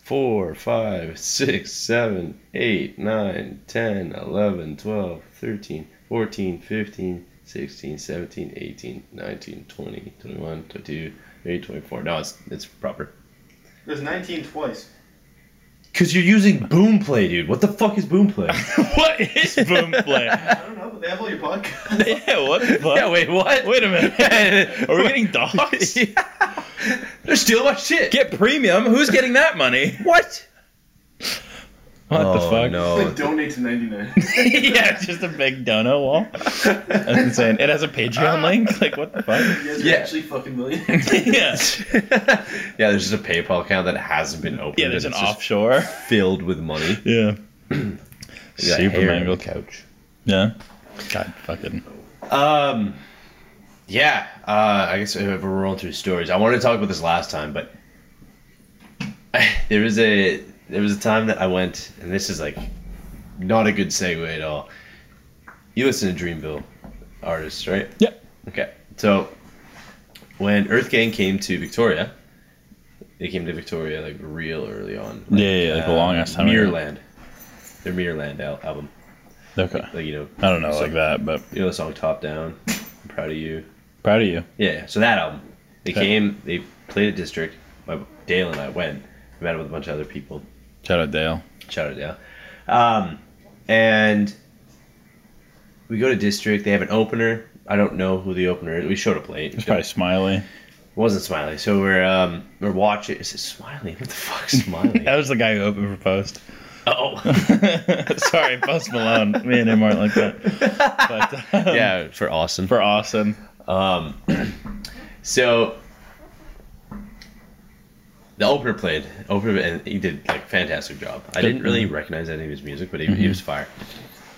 B: four, five, six, seven, eight, nine, 10, 11, 12, 13, 14, 15, 16, 17, 18, 19, 20, 21, 22, 23, 24. No, it's, it's proper.
C: There's 19 twice.
B: Because you're using Boomplay, dude. What the fuck is Boomplay?
A: what is boom play?
C: I don't know, but they have all your podcasts.
A: yeah, what the fuck?
B: yeah, wait, what?
A: Wait a minute. Are we getting dogs?
B: Yeah. They're stealing my shit.
A: Get premium. Who's getting that money?
B: what?
A: What the
B: Oh,
A: fuck?
B: no.
C: Like, donate to 99.
A: yeah, it's just a big dono wall. That's insane. It has a Patreon link. Like, what the fuck?
C: You guys are
B: Yeah.
C: actually fucking millionaires.
A: yeah.
B: yeah, there's just a PayPal account that hasn't been opened.
A: Yeah, there's an
B: and it's just
A: offshore.
B: filled with money.
A: Yeah.
B: Yeah,
A: Super
B: hair on
A: mangled.
B: the couch.
A: Yeah. God fucking.
B: Um, yeah. Uh, I guess if we're rolling through stories, I wanted to talk about this last time, but there was a there was a time that I went, and this is like not a good segue at all. You listen to Dreamville artists, right?
A: Yep.
B: Okay. So when Earth Gang came to Victoria, They came to Victoria like real early on. uh,
A: Yeah, yeah, like a long ass time ago.
B: Mirrorland, their Mirrorland al- album.
A: Okay.
B: Like you know,
A: I don't know
B: so-
A: like that, but
B: You know the song "Top Down." I'm proud of you.
A: proud of you.
B: Yeah, so that album. They
A: Okay.
B: came, they played at District. My, Dale and I went. I met up with a bunch of other people.
A: Shout out Dale.
B: Shout out Dale. Um, and we go to District. They have an opener. I don't know who the opener is. We showed up late.
A: It's probably Smiley.
B: It wasn't Smiley. So we're um, we're watching. Is it Smiley? What the fuck, Smiley?
A: That was the guy who opened for Post.
B: oh,
A: Sorry, Post Malone. Me and him aren't like that. But um,
B: yeah, for Austin.
A: for Austin.
B: Um, so the opener played opener, and he did like fantastic job. I didn't really recognize any of his music, but he, he was fire.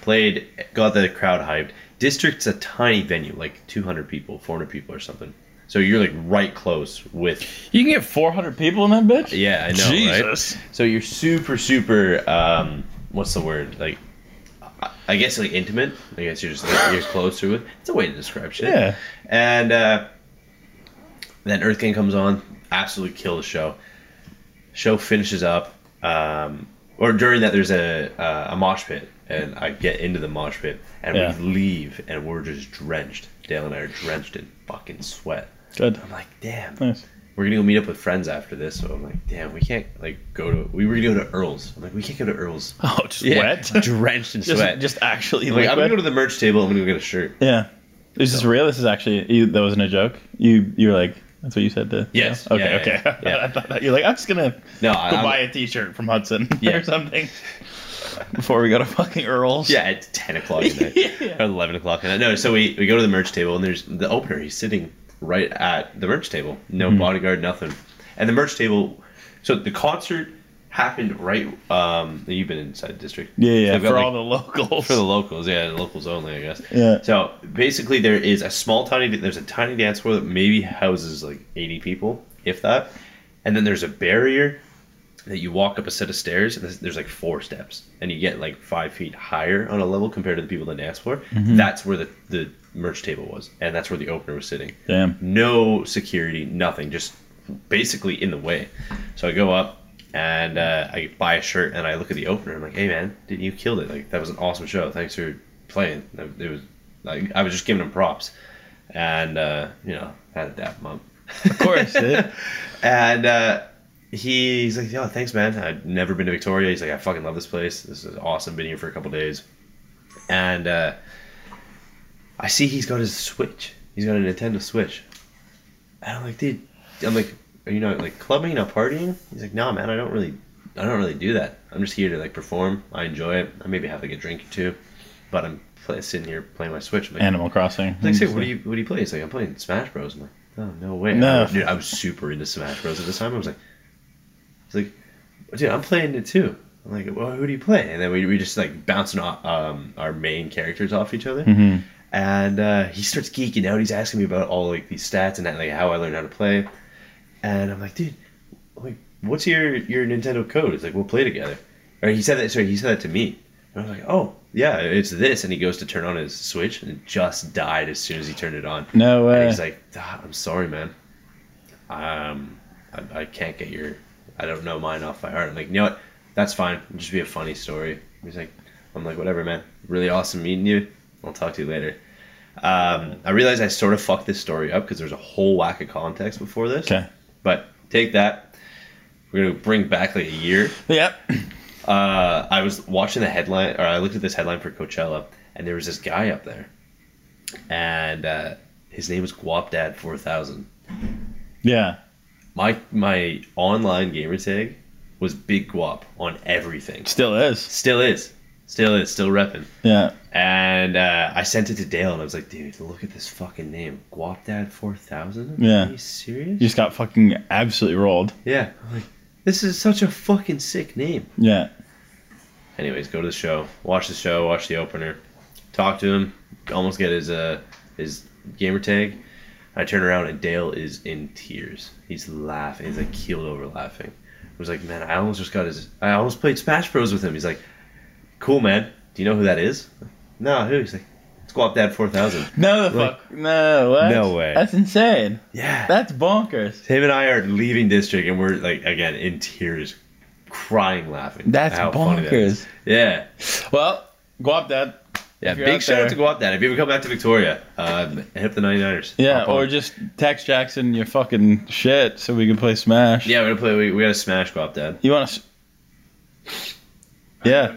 B: Played, got the crowd hyped. District's a tiny venue, like 200 people, 400 people or something. So you're like right close with
A: You can get 400 people in that bitch.
B: yeah, I know, right?
A: Jesus.
B: So you're super, super. Um, what's the word? Like, I- I guess like intimate. I guess you're just like, you're close to it. It's a way to describe shit.
A: Yeah.
B: And uh, then Earth Gang comes on, absolutely kill the show. Show finishes up, um, or during that there's a uh, a mosh pit, and I get into the mosh pit, and
A: Yeah.
B: we leave, and we're just drenched. Dale and I are drenched in fucking sweat.
A: Good.
B: I'm like, damn
A: Nice.
B: we're gonna go meet up with friends after this. So I'm like, damn, we can't like go to. We were gonna go to Earl's. I'm like, we can't go to Earl's.
A: Oh, just wet.
B: drenched in
A: Just,
B: sweat.
A: just actually
B: I'm like,
A: liquid?
B: I'm gonna go to the merch table. I'm gonna go get a shirt.
A: Yeah. Is this real? This is actually you, that wasn't a joke. You you were like that's what you said to
B: Yes.
A: Okay.
B: Yeah,
A: okay.
B: yeah, yeah.
A: I thought that- you're like I'm just gonna
B: No,
A: go
B: I, I'm-
A: buy a T-shirt from Hudson
B: Yeah.
A: or something before we go to fucking Earl's.
B: yeah, it's ten o'clock at night
A: Yeah.
B: or eleven o'clock at night. No, so we we go to the merch table and there's the opener. He's sitting right at the merch table. No
A: Hmm.
B: bodyguard, nothing. And the merch table. So the concert happened right. Um, you've been inside district.
A: Yeah. yeah
B: So I've got,
A: for
B: like,
A: all the locals.
B: for the locals, yeah, the locals only, I guess.
A: Yeah.
B: So basically, there is a small tiny. There's a tiny dance floor that maybe houses like 80 people, if that. And then there's a barrier that you walk up a set of stairs, and there's, there's like four steps, and you get like five feet higher on a level compared to the people on the dance floor. That's where the the merch table was, and that's where the opener was sitting
A: Damn.
B: no security, nothing, just basically in the way. So I go up and uh, I buy a shirt and I look at the opener. I'm like, hey man, dude, you killed it! Like that was an awesome show. Thanks for playing. It was like I was just giving him props, and uh, you know had to dap him up.
A: Of course. dude.
B: And uh, he's like, "Yo, thanks, man. I've never been to Victoria." He's like, "I fucking love this place. This is awesome. Been here for a couple days." And uh, I see he's got his Switch. He's got a Nintendo Switch. And I'm like, "Dude, I'm like, are you not like clubbing, not partying?" He's like, "No, man. I don't really, I don't really do that. I'm just here to like perform. I enjoy it. I maybe have like a drink or two, but I'm play, sitting here playing my Switch." I'm like,
A: Animal Crossing.
B: like, say, what do you what do you play? It's like I'm playing Smash Bros. I'm like, oh no way.
A: No.
B: dude, I was super into Smash Bros. at this time. I was like, it's like, dude, I'm playing it too. I'm like, well, who do you play? And then we we just like bouncing off um, our main characters off each other.
A: Mhm.
B: And uh, he starts geeking out. He's asking me about all like these stats and like how I learned how to play. And I'm like, dude, I'm like, what's your your Nintendo code? It's like we'll play together. Or he said that. Sorry, he said that to me. And I was like, oh yeah, it's this. And he goes to turn on his Switch and it just died as soon as he turned it on.
A: No uh,
B: And
A: way.
B: he's like, "Ah, I'm sorry, man. Um, I, I can't get your, I don't know mine off by heart. I'm like, you know what? That's fine. It'll just be a funny story. He's like, I'm like, whatever, man. Really awesome meeting you. I'll talk to you later. Um, I realized I sort of fucked this story up because there's a whole whack of context before this.
A: okay.
B: But take that. We're gonna bring back like a year
A: Yep.
B: uh, I was watching the headline, or I looked at this headline for Coachella, and there was this guy up there, and uh, his name was Guapdad Four Thousand.
A: Yeah.
B: My my online gamer tag was Big Guap on everything.
A: Still is.
B: Still is, still is, still repping.
A: Yeah.
B: And uh, I sent it to Dale, and I was like, dude, look at this fucking name, Guapdad Four Thousand.
A: Yeah.
B: Are you serious?
A: You just got fucking absolutely rolled.
B: Yeah. I'm like, this is such a fucking sick name.
A: Yeah.
B: Anyways, go to the show, watch the show, watch the opener, talk to him, almost get his uh his gamer tag. I turn around and Dale is in tears. He's laughing. He's like keeled over laughing. I was like, man, I almost just got his. I almost played Smash Bros with him. He's like, cool man. Do you know who that is? No, who? He's like, it's Squawk Dad 4000.
A: No, the
B: Like-
A: fuck. No, what?
B: No way.
A: That's insane.
B: Yeah.
A: That's bonkers.
B: Him and I are leaving district, and we're like again in tears, crying, laughing.
A: That's
B: How funny that is.
A: bonkers.
B: yeah,
A: Well, Guap Dad.
B: yeah.
A: If you're
B: Big
A: out
B: shout out to
A: there-
B: go up that. If you ever come back to Victoria, um, hit up the 99ers.
A: Yeah,
B: Hop
A: or
B: on.
A: just text Jackson your fucking shit so we can play Smash.
B: yeah, we're gonna play. We, we gotta smash go up that.
A: You want to? Yeah.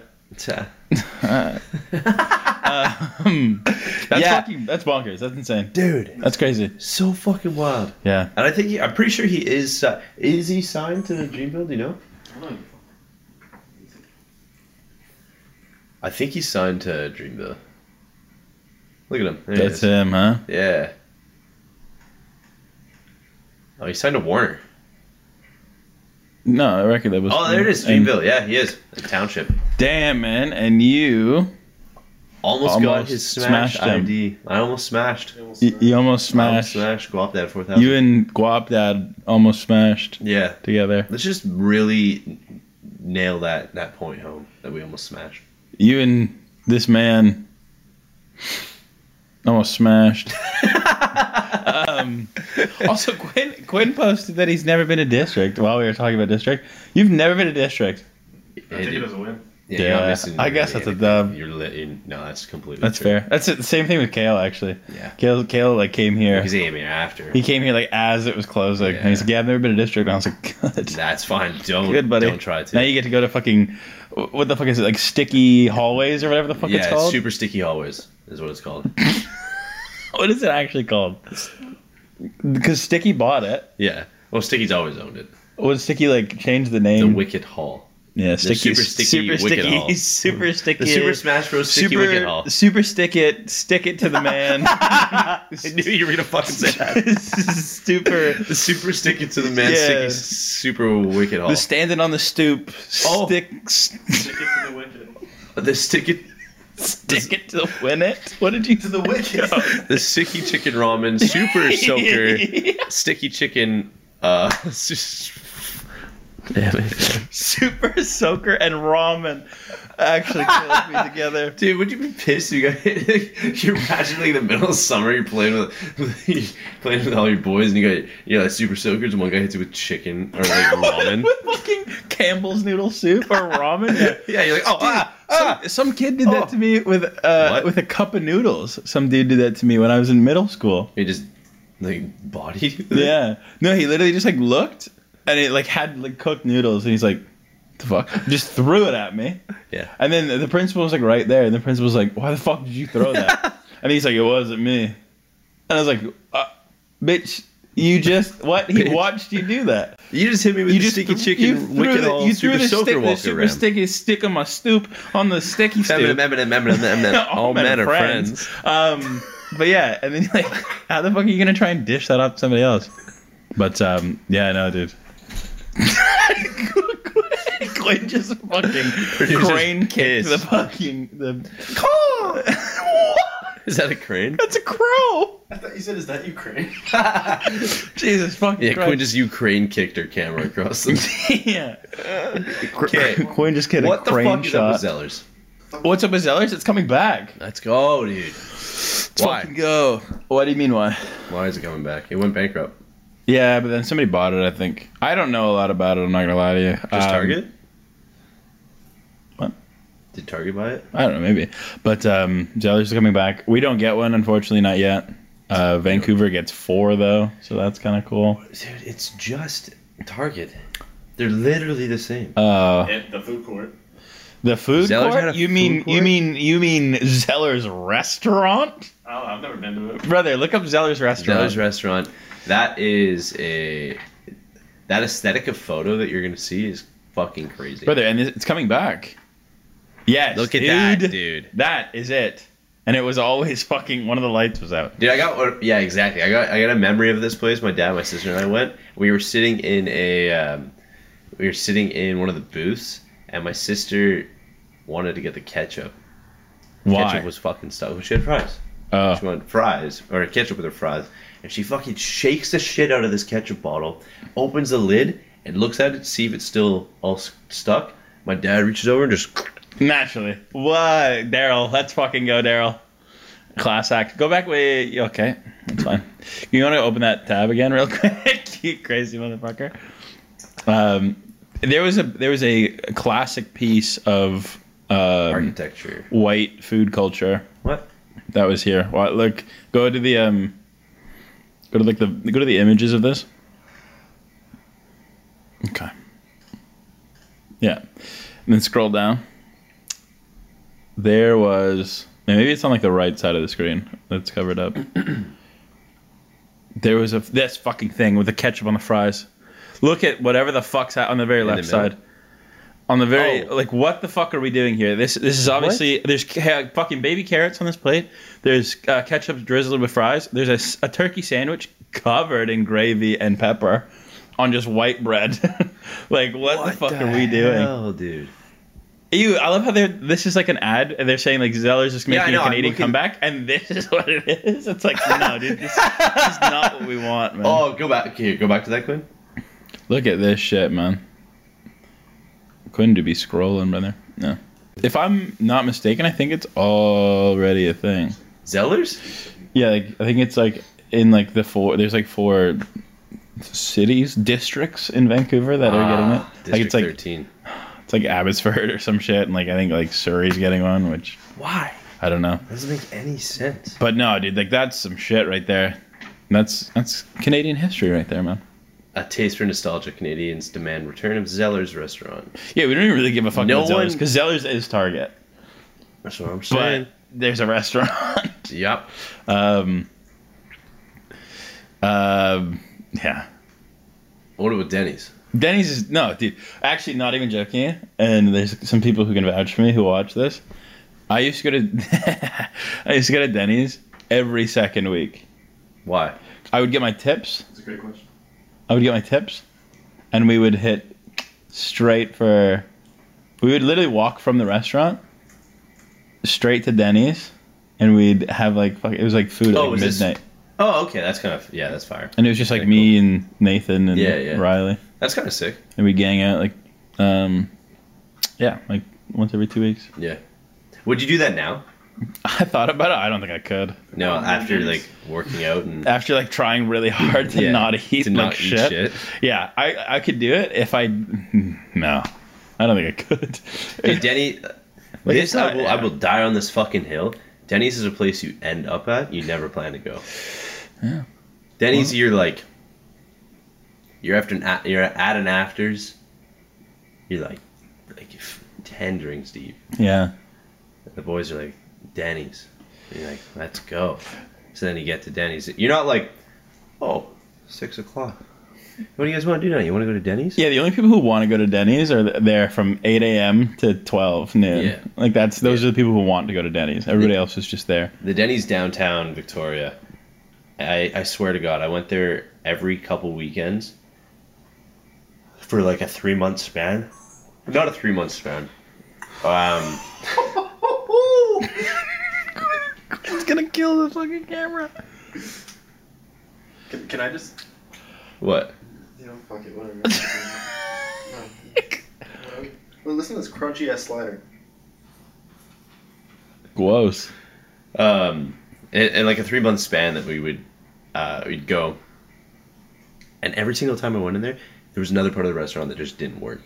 A: Uh, um, that's
B: Yeah.
A: fucking. That's bonkers. That's insane.
B: Dude,
A: That's crazy.
B: so fucking wild.
A: Yeah.
B: And I think he, I'm pretty sure he is. Uh, is he signed to Dreamville? Do you know?
C: I don't even-
B: I think he's signed to Dreamville. Look at him. There he
A: That's
B: is.
A: him, huh?
B: Yeah. Oh, he signed to Warner.
A: No, I reckon that was.
B: Oh, there it is,
A: And-
B: Dreamville. Yeah, he is. The township.
A: Damn, man. And you,
B: Almost, got
A: Almost
B: his smash
A: smashed him.
B: ID. I almost smashed.
C: they almost
A: you,
C: smashed.
A: you almost
B: Almost
A: smashed.
B: smashed. Go up that 4,000.
A: You and Guap Dad almost smashed
B: yeah.
A: together.
B: Let's just really nail that, that point home that we almost smashed.
A: You and this man almost smashed. Um, also, Quinn Quinn posted that he's never been to district. While we were talking about district, you've never been to district.
C: I take it as a win.
B: Yeah, you're not
A: Yeah,
B: missing
A: I guess
B: really
A: that's a
B: anything.
A: dub.
B: You're lit in, no, that's completely.
A: That's
B: true.
A: fair. That's the same thing with Kale actually.
B: Yeah,
A: Kale Kale like came here.
B: because he came here after.
A: He came here like as it was closing. And he's like, "Yeah, I've never been to district." And I was like, "Good."
B: That's fine. Don't
A: Good, buddy.
B: Don't try to.
A: Now you get to go to fucking what the fuck is it like sticky hallways or whatever the fuck
B: yeah,
A: it's called.
B: super sticky hallways is what it's called.
A: what is it actually called? Because Sticky bought it.
B: yeah. Well, Sticky's always owned it.
A: When Sticky like changed the
B: The
A: name,
B: Wicked Hall.
A: yeah, Sticky,
B: super sticky
A: super
B: wicked
A: sticky,
B: hall. Mm.
A: super sticky,
B: The Super Smash Bros. Sticky
A: super,
B: Wicked Hall.
A: super stick it, stick it to the man.
B: I knew you were gonna fucking say that.
A: super.
B: The super stick it to the man,
A: Yeah.
B: sticky super wicked hall.
A: The standing on the stoop,
B: Oh.
A: stick, stick
C: Take it to the wicket.
B: The stick it,
A: it to win it. What did you
C: To the wicket.
B: the sticky chicken ramen, super soaker, sticky chicken. Uh, damn it,
A: super soaker and ramen actually killed me together.
B: dude! Would you be pissed? if You got you're magically in the middle of summer. You're playing with, you're playing with all your boys, and you got you know like super soakers. And one guy hits you with chicken or like ramen.
A: with fucking Campbell's noodle soup or ramen. Yeah.
B: yeah, you're like, oh, ah,
A: Some, some kid did that
B: Oh.
A: to me with uh,
B: What?
A: with a cup of noodles. Some dude did that to me when I was in middle school.
B: He just like body.
A: Yeah. No, he literally just like looked and it like had like cooked noodles and he's like, the fuck? Just threw it at me.
B: Yeah.
A: And then the principal was like right there and the principal was like, why the fuck did you throw that? and he's like, it wasn't me. And I was like, uh, bitch, you just what? He
B: Bitch.
A: watched you do that.
B: You just hit me with the sticky
A: th-
B: chicken
A: you threw
B: wicked
A: the,
B: hole
A: you threw
B: super
A: the
B: soaker
A: stick, the
B: walker
A: super
B: ram.
A: sticky stick on my stoop on the sticky
B: Feminine,
A: stoop.
B: feminine, feminine, feminine. All men are friends.
A: Um, but yeah, and then like, how the fuck are you gonna try and dish that up to somebody else? But um, yeah, no, dude. Glenn just fucking
B: just
A: crane kicked
B: pissed.
A: the fucking the. What?
B: Is that a crane?
A: That's a crow.
C: I thought you said, is that Ukraine?
A: Jesus fucking
B: Yeah,
A: Christ.
B: Quinn just Ukraine kicked her camera across the.
A: yeah.
B: Okay.
A: Quinn just get
B: what
A: a
B: the
A: crane
B: fuck is
A: shot.
B: up with Zellers?
A: What's up with Zellers? It's coming back.
B: Let's go, dude.
A: fucking
B: Why?
A: go. What do you mean why?
B: Why is it coming back? It went bankrupt.
A: Yeah, but then somebody bought it, I think. I don't know a lot about it, I'm not gonna lie to you. Um, Just
B: Just Target?
A: what?
B: Did Target buy it?
A: I don't know, maybe. But um Zellers is coming back. We don't get one, unfortunately, not yet. Uh, Vancouver gets four though, so that's kinda cool.
B: Dude, it's just Target. They're literally the same.
A: Uh
C: At the food court.
A: the food
B: Zellers had
A: court?
B: a
A: You
B: food
A: mean
B: court?
A: you mean you mean Zellers restaurant?
C: I don't know, Oh, I've never been to it.
A: Brother, look up Zellers restaurant.
B: Zellers restaurant. That is a that aesthetic of photo that you're gonna see is fucking crazy.
A: Brother, and it's coming back. Yes.
B: Look at that, dude.
A: That is it. And it was always fucking one of the lights was out.
B: Dude, I got one- yeah, exactly. I got I got a memory of this place. My dad, my sister, and I went. We were sitting in a um, we were sitting in one of the booths, and my sister wanted to get the ketchup.
A: Why?
B: Ketchup was fucking stuck. She had fries.
A: Oh.
B: She wanted fries or ketchup with her fries, and she fucking shakes the shit out of this ketchup bottle, opens the lid, and looks at it to see if it's still all s- stuck. My
A: Um,
B: dad reaches over and just
A: Naturally. What, Daryl? Let's fucking go, Daryl. Class act. Go back way. Okay, that's fine. You want to open that tab again, real quick, you crazy motherfucker. Um, there was a there was a classic piece of um,
B: Architecture.
A: white food culture
B: What?
A: that was here. Why look, go to the um, go to like the go to the images of this. Okay. Yeah, and then scroll down. There was maybe it's on like the right side of the screen that's covered up. there was a this fucking thing with the ketchup on the fries. Look at whatever the fuck's ha- on the very
B: the
A: left
B: middle?
A: side. On the very
B: Oh.
A: like, what the fuck are we doing here? This this is obviously there's ca- fucking baby carrots on this plate. There's uh, ketchup drizzled with fries. There's a s a a turkey sandwich covered in gravy and pepper on just white bread. like what, the fuck are we doing?
B: hell, dude?
A: Ew, I love how they're this is like an ad and they're saying like Zeller's just
B: Yeah, I
A: making
B: know,
A: a
B: I'm
A: Canadian
B: looking-
A: comeback and this is what it is. It's like no, dude, this, this is not what we want, man.
B: Oh, go back here. Go back to that, Quinn.
A: Look at this shit, man. Couldn't do be scrolling, brother. No. If I'm not mistaken, I think it's already a thing.
B: Zellers?
A: Yeah, like, I think it's like in like the four. There's like four cities, districts in Vancouver that are
B: Ah,
A: getting it. Like
B: District
A: it's like
B: thirteen.
A: it's like Abbotsford or some shit, and like I think like Surrey's getting one, which
B: Why?
A: I don't know.
B: Doesn't make any sense.
A: But no, dude, like that's some shit right there. That's that's Canadian history right there, man.
B: A taste for nostalgia. Canadians demand return of Zellers restaurant.
A: Yeah, we don't even really give a fuck
B: No
A: about Zellers
B: one-
A: because Zellers is Target.
B: That's what I'm
A: but
B: saying.
A: there's a restaurant.
B: yep.
A: um, um, yeah.
B: What about Denny's?
A: Denny's is no, dude. Actually, not even joking. And there's some people who can vouch for me who watch this. I used to go to I used to go to Denny's every second week.
B: Why?
A: I would get my tips.
C: That's a great question.
A: I would get my tips, and we would hit straight for. We would literally walk from the restaurant straight to Denny's, and we'd have like fuck. It was like food at
B: Oh,
A: like
B: was this-
A: midnight.
B: Oh, okay. That's kind of yeah. That's fire.
A: And it was just like
B: Pretty
A: me and Nathan and
B: Yeah, yeah.
A: Riley,
B: That's kind of sick.
A: and we gang out like, um, yeah, like once every two weeks.
B: Yeah. Would you do that now?
A: I thought about it. I don't think I could
B: No,
C: Um,
B: after
C: Denny's.
B: like working out and
A: after like trying really hard to
B: Yeah,
A: not eat
B: to
A: like
B: not eat
A: shit.
B: shit.
A: Yeah, I I could do it if I no, I don't think I could.
B: Dude, Denny,
A: Like,
B: this
A: it's not-
B: I will I will die on this fucking hill. Denny's is a place you end up at. You never plan to go.
A: Yeah.
B: Denny's, you're like, you're after an a- you're at an afters. You're like, like f- ten drinks deep.
A: yeah,
B: The boys are like, Denny's. And you're like, let's go. So then you get to Denny's. You're not like, oh, six o'clock. What do you guys want to do now? You want to go to Denny's?
A: yeah. The only people who want to go to Denny's are th- there from eight a.m. to twelve noon.
B: Yeah.
A: like that's those
B: Yeah.
A: are the people who want to go to Denny's. Everybody else is just there.
B: The Denny's downtown Victoria. I, I swear to God, I went there every couple weekends for like a three month span. Not a three month span. Um,
A: It's gonna kill the fucking camera.
C: Can, can I just?
B: what?
C: You know, fuck it, whatever. No. Well, listen to this crunchy ass slider.
A: Gross.
B: um, in, in like a three month span that we would uh, we'd go, and every single time I went in there, there was another part of the restaurant that just didn't work.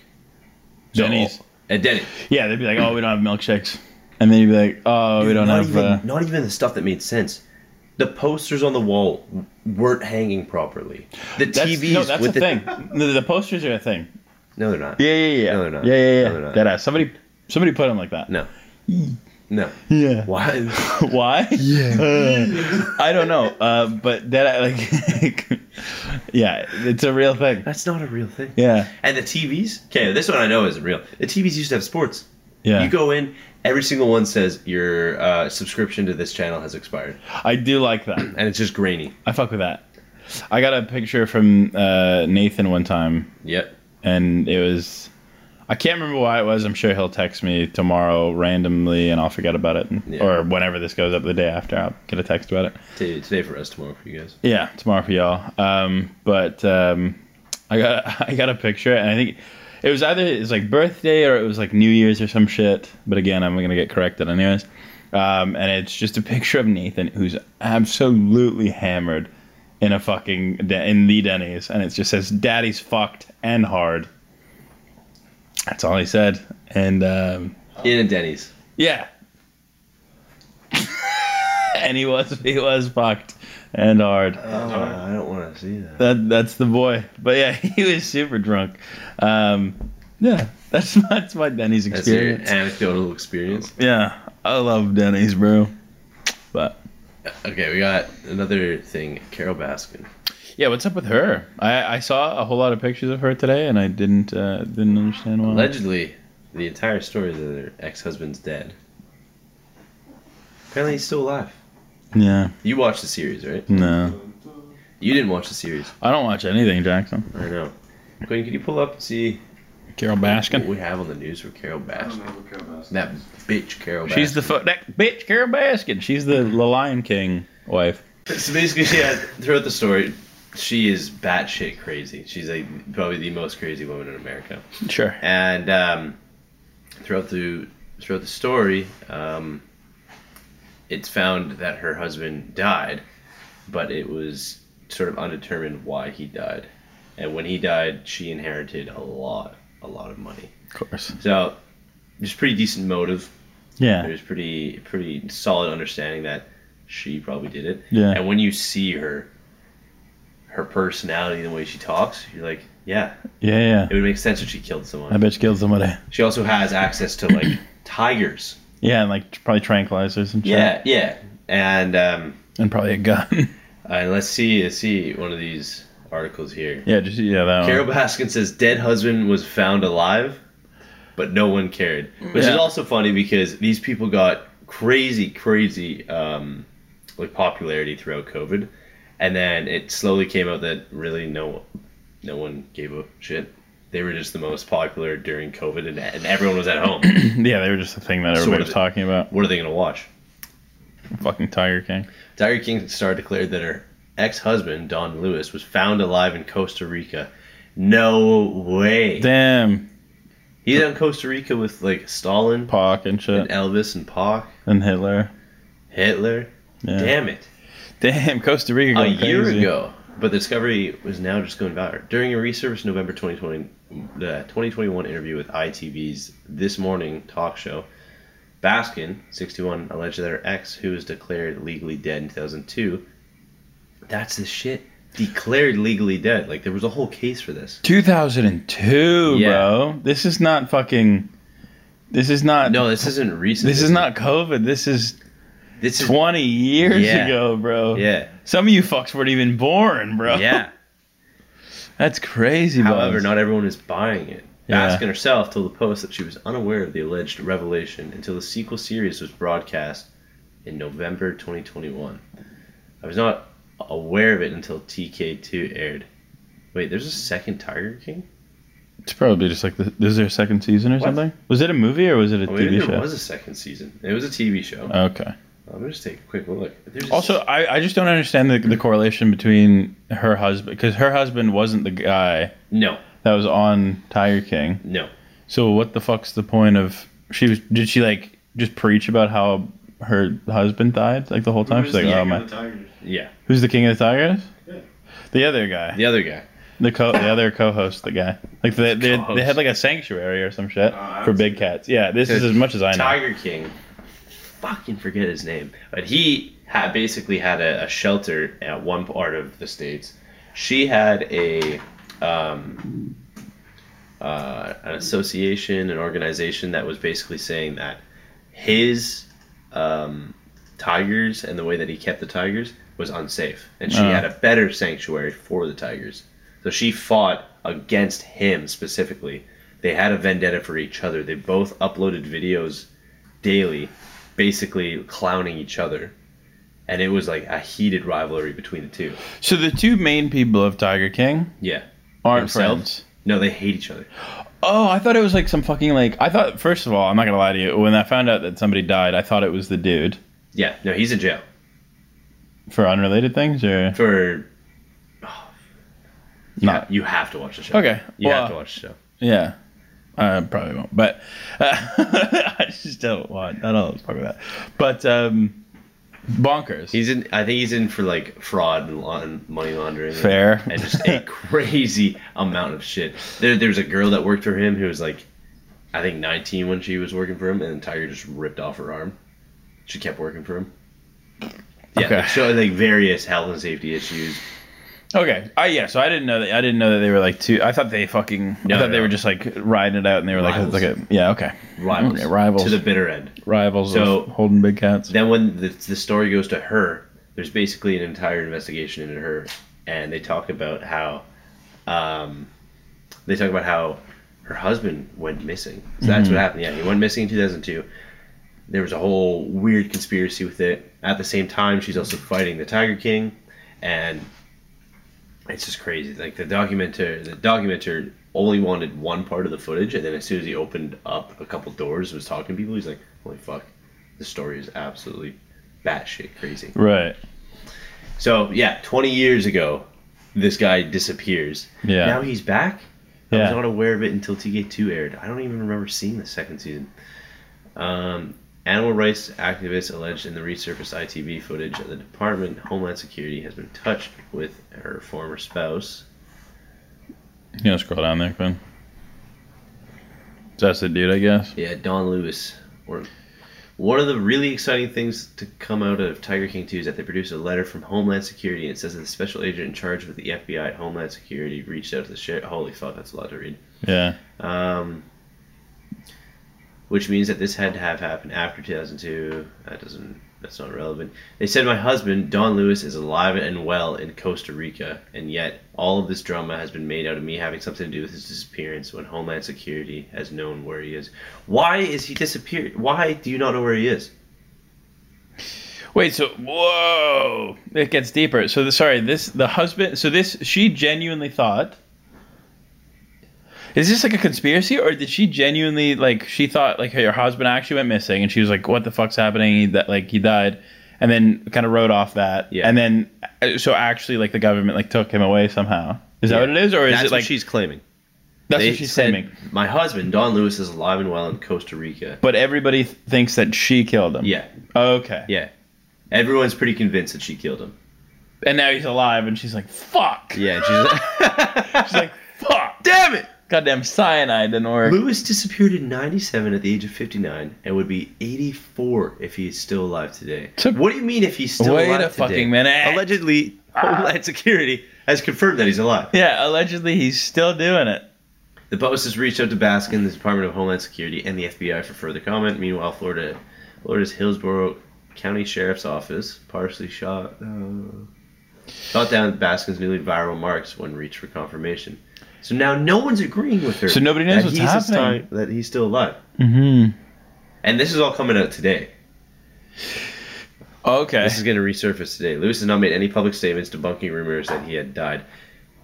B: So-
A: Denny's.
B: At Denny's.
A: Yeah, they'd be like, "Oh, we don't have milkshakes," and then you'd be like, "Oh, we don't
B: not
A: have."
B: even
A: uh,
B: not even the stuff that made sense. The posters on the wall w- weren't hanging properly. The
A: that's,
B: TVs
A: no, that's
B: with
A: a thing. The, the posters are a thing.
B: No, they're not.
A: Yeah, yeah, yeah.
B: No, they're not.
A: Yeah, yeah, yeah.
B: No, they're not.
A: That ass. Somebody, somebody put them like that.
B: No. No.
A: Yeah.
B: Why?
A: Why? Yeah. I don't know. Uh, but that I- like, yeah, it's a real thing.
B: That's not a real thing.
A: Yeah,
B: And the TVs? Okay, this one I know isn't real. The TVs used to have sports.
A: yeah.
B: You go in, every single one says your uh, subscription to this channel has expired,
A: I do like that.
B: and it's just grainy.
A: I fuck with that. I got a picture from uh, Nathan one time,
B: Yep.
A: and it was. I can't remember why it was. I'm sure he'll text me tomorrow randomly, and I'll forget about it, and-
B: Yeah.
A: or whenever this goes up the day after, I'll get a text about it.
B: Today, today for us, tomorrow for you guys.
A: Yeah, tomorrow for y'all. Um, but um, I got I got a picture, and I think it was either it was like birthday or it was like New Year's or some shit. But again, I'm gonna get corrected anyways. Um, and it's just a picture of Nathan who's absolutely hammered in a fucking de- in the Denny's, and it just says "Daddy's fucked and hard." That's all he said, and um,
B: In a Denny's.
A: yeah, and he was he was fucked and hard.
B: Uh, I don't want to see that.
A: That that's the boy. But yeah, he was super drunk. Um, yeah, that's my, that's my Denny's
B: That's your
A: experience.
B: anecdotal experience.
A: Yeah, I love Denny's, bro. But
B: Okay, we got another thing. Carol Baskin.
A: yeah, what's up with her? I, I saw a whole lot of pictures of her today, and I didn't uh, didn't understand why.
B: Allegedly, the entire story is that her ex-husband's dead. Apparently, he's still alive.
A: Yeah,
B: You watched the series, right?
A: no,
B: You didn't watch the series.
A: I don't watch anything, Jackson.
B: I know. Quinn, can you pull up and see
A: Carol
B: what
A: Baskin.
B: we have on the news for Carol Baskin?
C: Baskin.
B: That bitch, Carol. Baskin.
A: She's the fu- that bitch, Carol Baskin. She's the, the Lion King wife.
B: So basically, she had throughout the story, she is batshit crazy. She's like probably the most crazy woman in America.
A: Sure.
B: And um, throughout the throughout the story, um, it's found that her husband died, but it was sort of undetermined why he died. And when he died, she inherited a lot, a lot of money.
A: Of course.
B: So there's pretty decent motive.
A: Yeah.
B: There's pretty pretty solid understanding that she probably did it.
A: Yeah.
B: And when you see her, her personality, the way she talks, you're like, yeah,
A: Yeah. Yeah.
B: it would make sense if she killed
A: That
B: someone.
A: bitch killed somebody.
B: She also has access to like tigers.
A: Yeah, and like probably tranquilizers and shit.
B: Yeah, yeah. And um,
A: And probably a gun.
B: and let's see let's see one of these articles here.
A: yeah, just yeah, that
B: Carol
A: one.
B: Baskin says dead husband was found alive, but no one cared. Which
A: Yeah.
B: is also funny because these people got crazy, crazy um, like popularity throughout COVID, and then it slowly came out that really no, no one gave a shit. They were just the most popular during COVID, and, and everyone was at home.
A: Yeah, they were just the thing that
B: Sort
A: everybody
B: of.
A: was talking about.
B: what are they gonna watch?
A: Fucking Tiger King.
B: Tiger King star declared that her ex-husband Don Lewis was found alive in Costa Rica. No way.
A: Damn,
B: He's out in Costa Rica with like Stalin.
A: Pac and shit,
B: and Elvis and Pac,
A: and Hitler.
B: Hitler.
A: Yeah.
B: Damn it!
A: Damn, Costa Rica.
B: A
A: Going
B: year
A: crazy.
B: ago, but the discovery was now just going viral. During a resurfaced November 2020, the 2021 interview with ITV's This Morning talk show, Baskin, 61, alleged that her ex, who was declared legally dead in 2002, that's the shit. Declared legally dead. Like there was a whole case for this.
A: 2002,
B: Yeah.
A: bro. This is not fucking. This is not.
B: No, this isn't recent.
A: Uh, This is not COVID. This is
B: This is
A: 20 years
B: Yeah.
A: ago, bro.
B: yeah,
A: Some of you fucks weren't even born, bro.
B: yeah.
A: That's crazy,
B: However,
A: buns.
B: not everyone is buying it.
A: Yeah.
B: Baskin herself told the Post that she was unaware of the alleged revelation until the sequel series was broadcast in November 2021. I was not aware of it until TK2 aired. Wait, there's a second Tiger King?
A: It's probably just like. The, is there a second season or
B: What?
A: something? Was it a movie or was it a
B: Oh, maybe
A: TV
B: there
A: show?
B: was a second season. It was a TV show.
A: Okay.
B: Let me just take a quick look. There's a-
A: Also, I, I just don't understand the, the correlation between her husband because her husband wasn't the guy
B: no,
A: that was on Tiger King.
B: no.
A: So what the fuck's the point of she was? Did she like just preach about how her husband died like the whole time? She's like, oh my,
B: Yeah,
A: who's the king of the tigers?
C: Yeah.
A: The other guy,
B: the other guy.
A: the co, the other co-host, the guy. Like they they, they had like a sanctuary or some shit
C: Oh, I
A: for
C: was-
A: big cats. Yeah, this is as much as I know.
B: Tiger King. Fucking forget his name, but he had basically had a, a shelter at one part of the states. She had a um, uh, an association, an organization that was basically saying that his um, tigers and the way that he kept the tigers was unsafe, and she
A: Oh.
B: had a better sanctuary for the tigers. So she fought against him specifically. They had a vendetta for each other. They both uploaded videos daily, basically clowning each other. And it was like a heated rivalry between the two.
A: So the two main people of Tiger King
B: Yeah.
A: aren't
B: Themselves?
A: friends.
B: No, they hate each other.
A: Oh, I thought it was like some fucking like. I thought first of all, I'm not gonna lie to you. When I found out that somebody died, I thought it was the dude
B: Yeah. No, he's in jail
A: for unrelated things or
B: for.
A: not.
B: You have to watch the show.
A: Okay.
B: You
A: well,
B: have to watch the show.
A: yeah. I probably won't, but uh, I just don't want. I don't fuck with that. But um, bonkers.
B: He's in. I think he's in for like fraud and laun- money laundering.
A: Fair.
B: And just a crazy amount of shit. There, there was a girl that worked for him who was like, I think 19 when she was working for him, and Tiger just ripped off her arm. She kept working for him. Yeah.
A: Okay.
B: like, So like various health and safety issues.
A: Okay. I yeah. So I didn't know that. I didn't know that they were like two. I thought they fucking.
B: No,
A: I thought they
B: no.
A: were just like riding it out, and they were
B: Rivals.
A: like, like a, yeah, okay,
B: Rivals,
A: Okay, rivals.
B: to the bitter end.
A: rivals.
B: So-
A: of holding big cats.
B: Then when the, the story goes to her, there's basically an entire investigation into her, and they talk about how, um, they talk about how her husband went missing. So that's what happened. Yeah, he went missing in 2002. There was a whole weird conspiracy with it. At the same time, she's also fighting the Tiger King, and it's just crazy. Like the documenter, the documenter only wanted one part of the footage, and then as soon as he opened up a couple doors and was talking to people, he's like, "Holy fuck, the story is absolutely batshit crazy."
A: Right.
B: So yeah, 20 years ago, this guy disappears.
A: Yeah.
B: Now he's back. I was
A: Yeah.
B: not aware of it until TK2 aired. I don't even remember seeing the second season. Um, animal rights activists alleged in the resurfaced ITV footage that the Department of Homeland Security has been touched with her former spouse.
A: You gonna scroll down there, Quinn? That's the dude, I guess.
B: Yeah, Don Lewis. Or one of the really exciting things to come out of Tiger King 2 is that they produced a letter from Homeland Security and it says that the special agent in charge with the FBI at Homeland Security reached out to the sheriff. Holy fuck, that's a lot to read.
A: Yeah.
B: Um, which means that this had to have happened after 2002. That doesn't. That's not relevant. They said my husband Don Lewis is alive and well in Costa Rica, and yet all of this drama has been made out of me having something to do with his disappearance when Homeland Security has known where he is. Why is he disappeared? Why do you not know where he is?
A: Wait. So whoa, it gets deeper. So the, sorry, this the husband. So this she genuinely thought. Is this like a conspiracy, or did she genuinely like she thought like her husband actually went missing, and she was like, "What the fuck's happening?" He, that like he died, and then kind of wrote off that,
B: Yeah.
A: and then uh, so actually like the government like took him away somehow. Is
B: Yeah.
A: that what it is, or is
B: that's
A: it like
B: what she's claiming?
A: that's
B: They
A: what she's
B: said,
A: claiming?
B: My husband Don Lewis is alive and well in Costa Rica.
A: But everybody th- thinks that she killed him.
B: Yeah,
A: Okay.
B: yeah. Everyone's pretty convinced that she killed him.
A: And now he's alive, and she's like, "Fuck."
B: Yeah, and she's
A: She's like, "Fuck."
B: damn it.
A: Goddamn cyanide didn't work.
B: Lewis disappeared in 97 at the age of 59 and would be 84 if he is still alive today.
A: To-
B: what do you mean if he's still
A: Wait
B: alive
A: a
B: today?
A: fucking minute.
B: Allegedly, Homeland Security has confirmed that he's alive.
A: Yeah, allegedly he's still doing it.
B: The post has reached out to Baskin, the Department of Homeland Security, and the FBI for further comment. Meanwhile, Florida, Florida's Hillsborough County Sheriff's Office partially shot uh, shot down Baskin's newly viral marks when reached for confirmation. So now no one's agreeing with her.
A: So nobody knows
B: that
A: what's
B: he's a
A: happening.
B: sti- that he's still alive.
A: Mm-hmm.
B: And this is all coming out today.
A: Okay.
B: This is going to resurface today. Lewis has not made any public statements debunking rumors that he had died.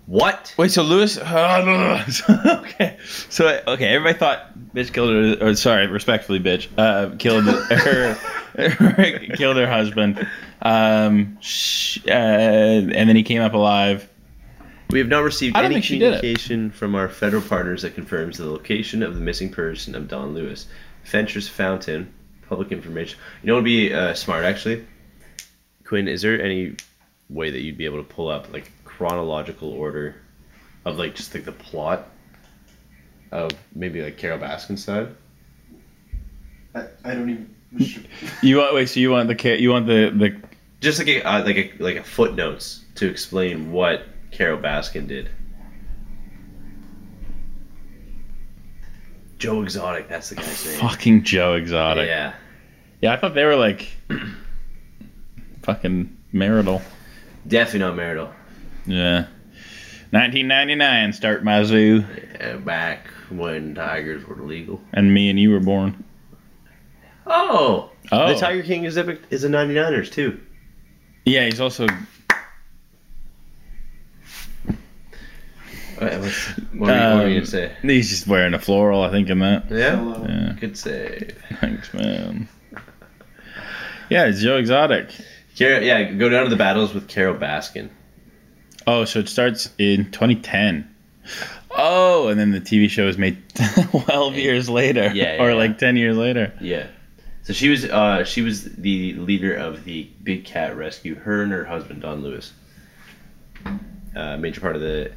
B: What?
A: Wait, so Lewis? okay. So okay, everybody thought bitch killed her. Or sorry, respectfully, bitch uh, killed her. er, killed her husband. Um, sh- uh, and then he came up alive.
B: We have not received
A: I don't
B: any
A: think she did it.
B: communication from our federal partners that confirms the location of the missing person of Don Lewis. Fentress Fountain, public information. You know what would be uh, smart, actually? Quinn, is there any way that you'd be able to pull up, like, chronological order of, like, just, like, the plot of maybe, like, Carol Baskin's side?
C: I, I don't even.
A: You want? Wait, so you want the ca- you want the the
B: Just, like, a, uh, like, a, like a footnotes to explain what Carol Baskin did. Joe Exotic, that's the guy's name.
A: fucking Joe Exotic?
B: Yeah.
A: Yeah, I thought they were like fucking marital.
B: Definitely not marital.
A: Yeah. 1999, start my zoo,
B: Yeah, back when tigers were legal.
A: and me and you were born.
B: Oh,
A: Oh,
B: the Tiger King is epic, is a 99ers too.
A: yeah, he's also
B: Okay, what's- what were you- what were you
A: Um,
B: gonna say?
A: he's just wearing a floral, I think, in that.
B: Yeah,
C: Hello.
A: Yeah,
B: good save.
A: thanks, man. Yeah, it's Joe Exotic.
B: Carol, yeah, go down to the battles with Carol Baskin.
A: Oh, so it starts in 2010. Oh, and then the TV show was made 12 years later.
B: Yeah,
A: or
B: yeah.
A: like 10 years later.
B: Yeah. So she was uh, she was the leader of the Big Cat Rescue. Her and her husband Don Lewis. Uh, major part of the.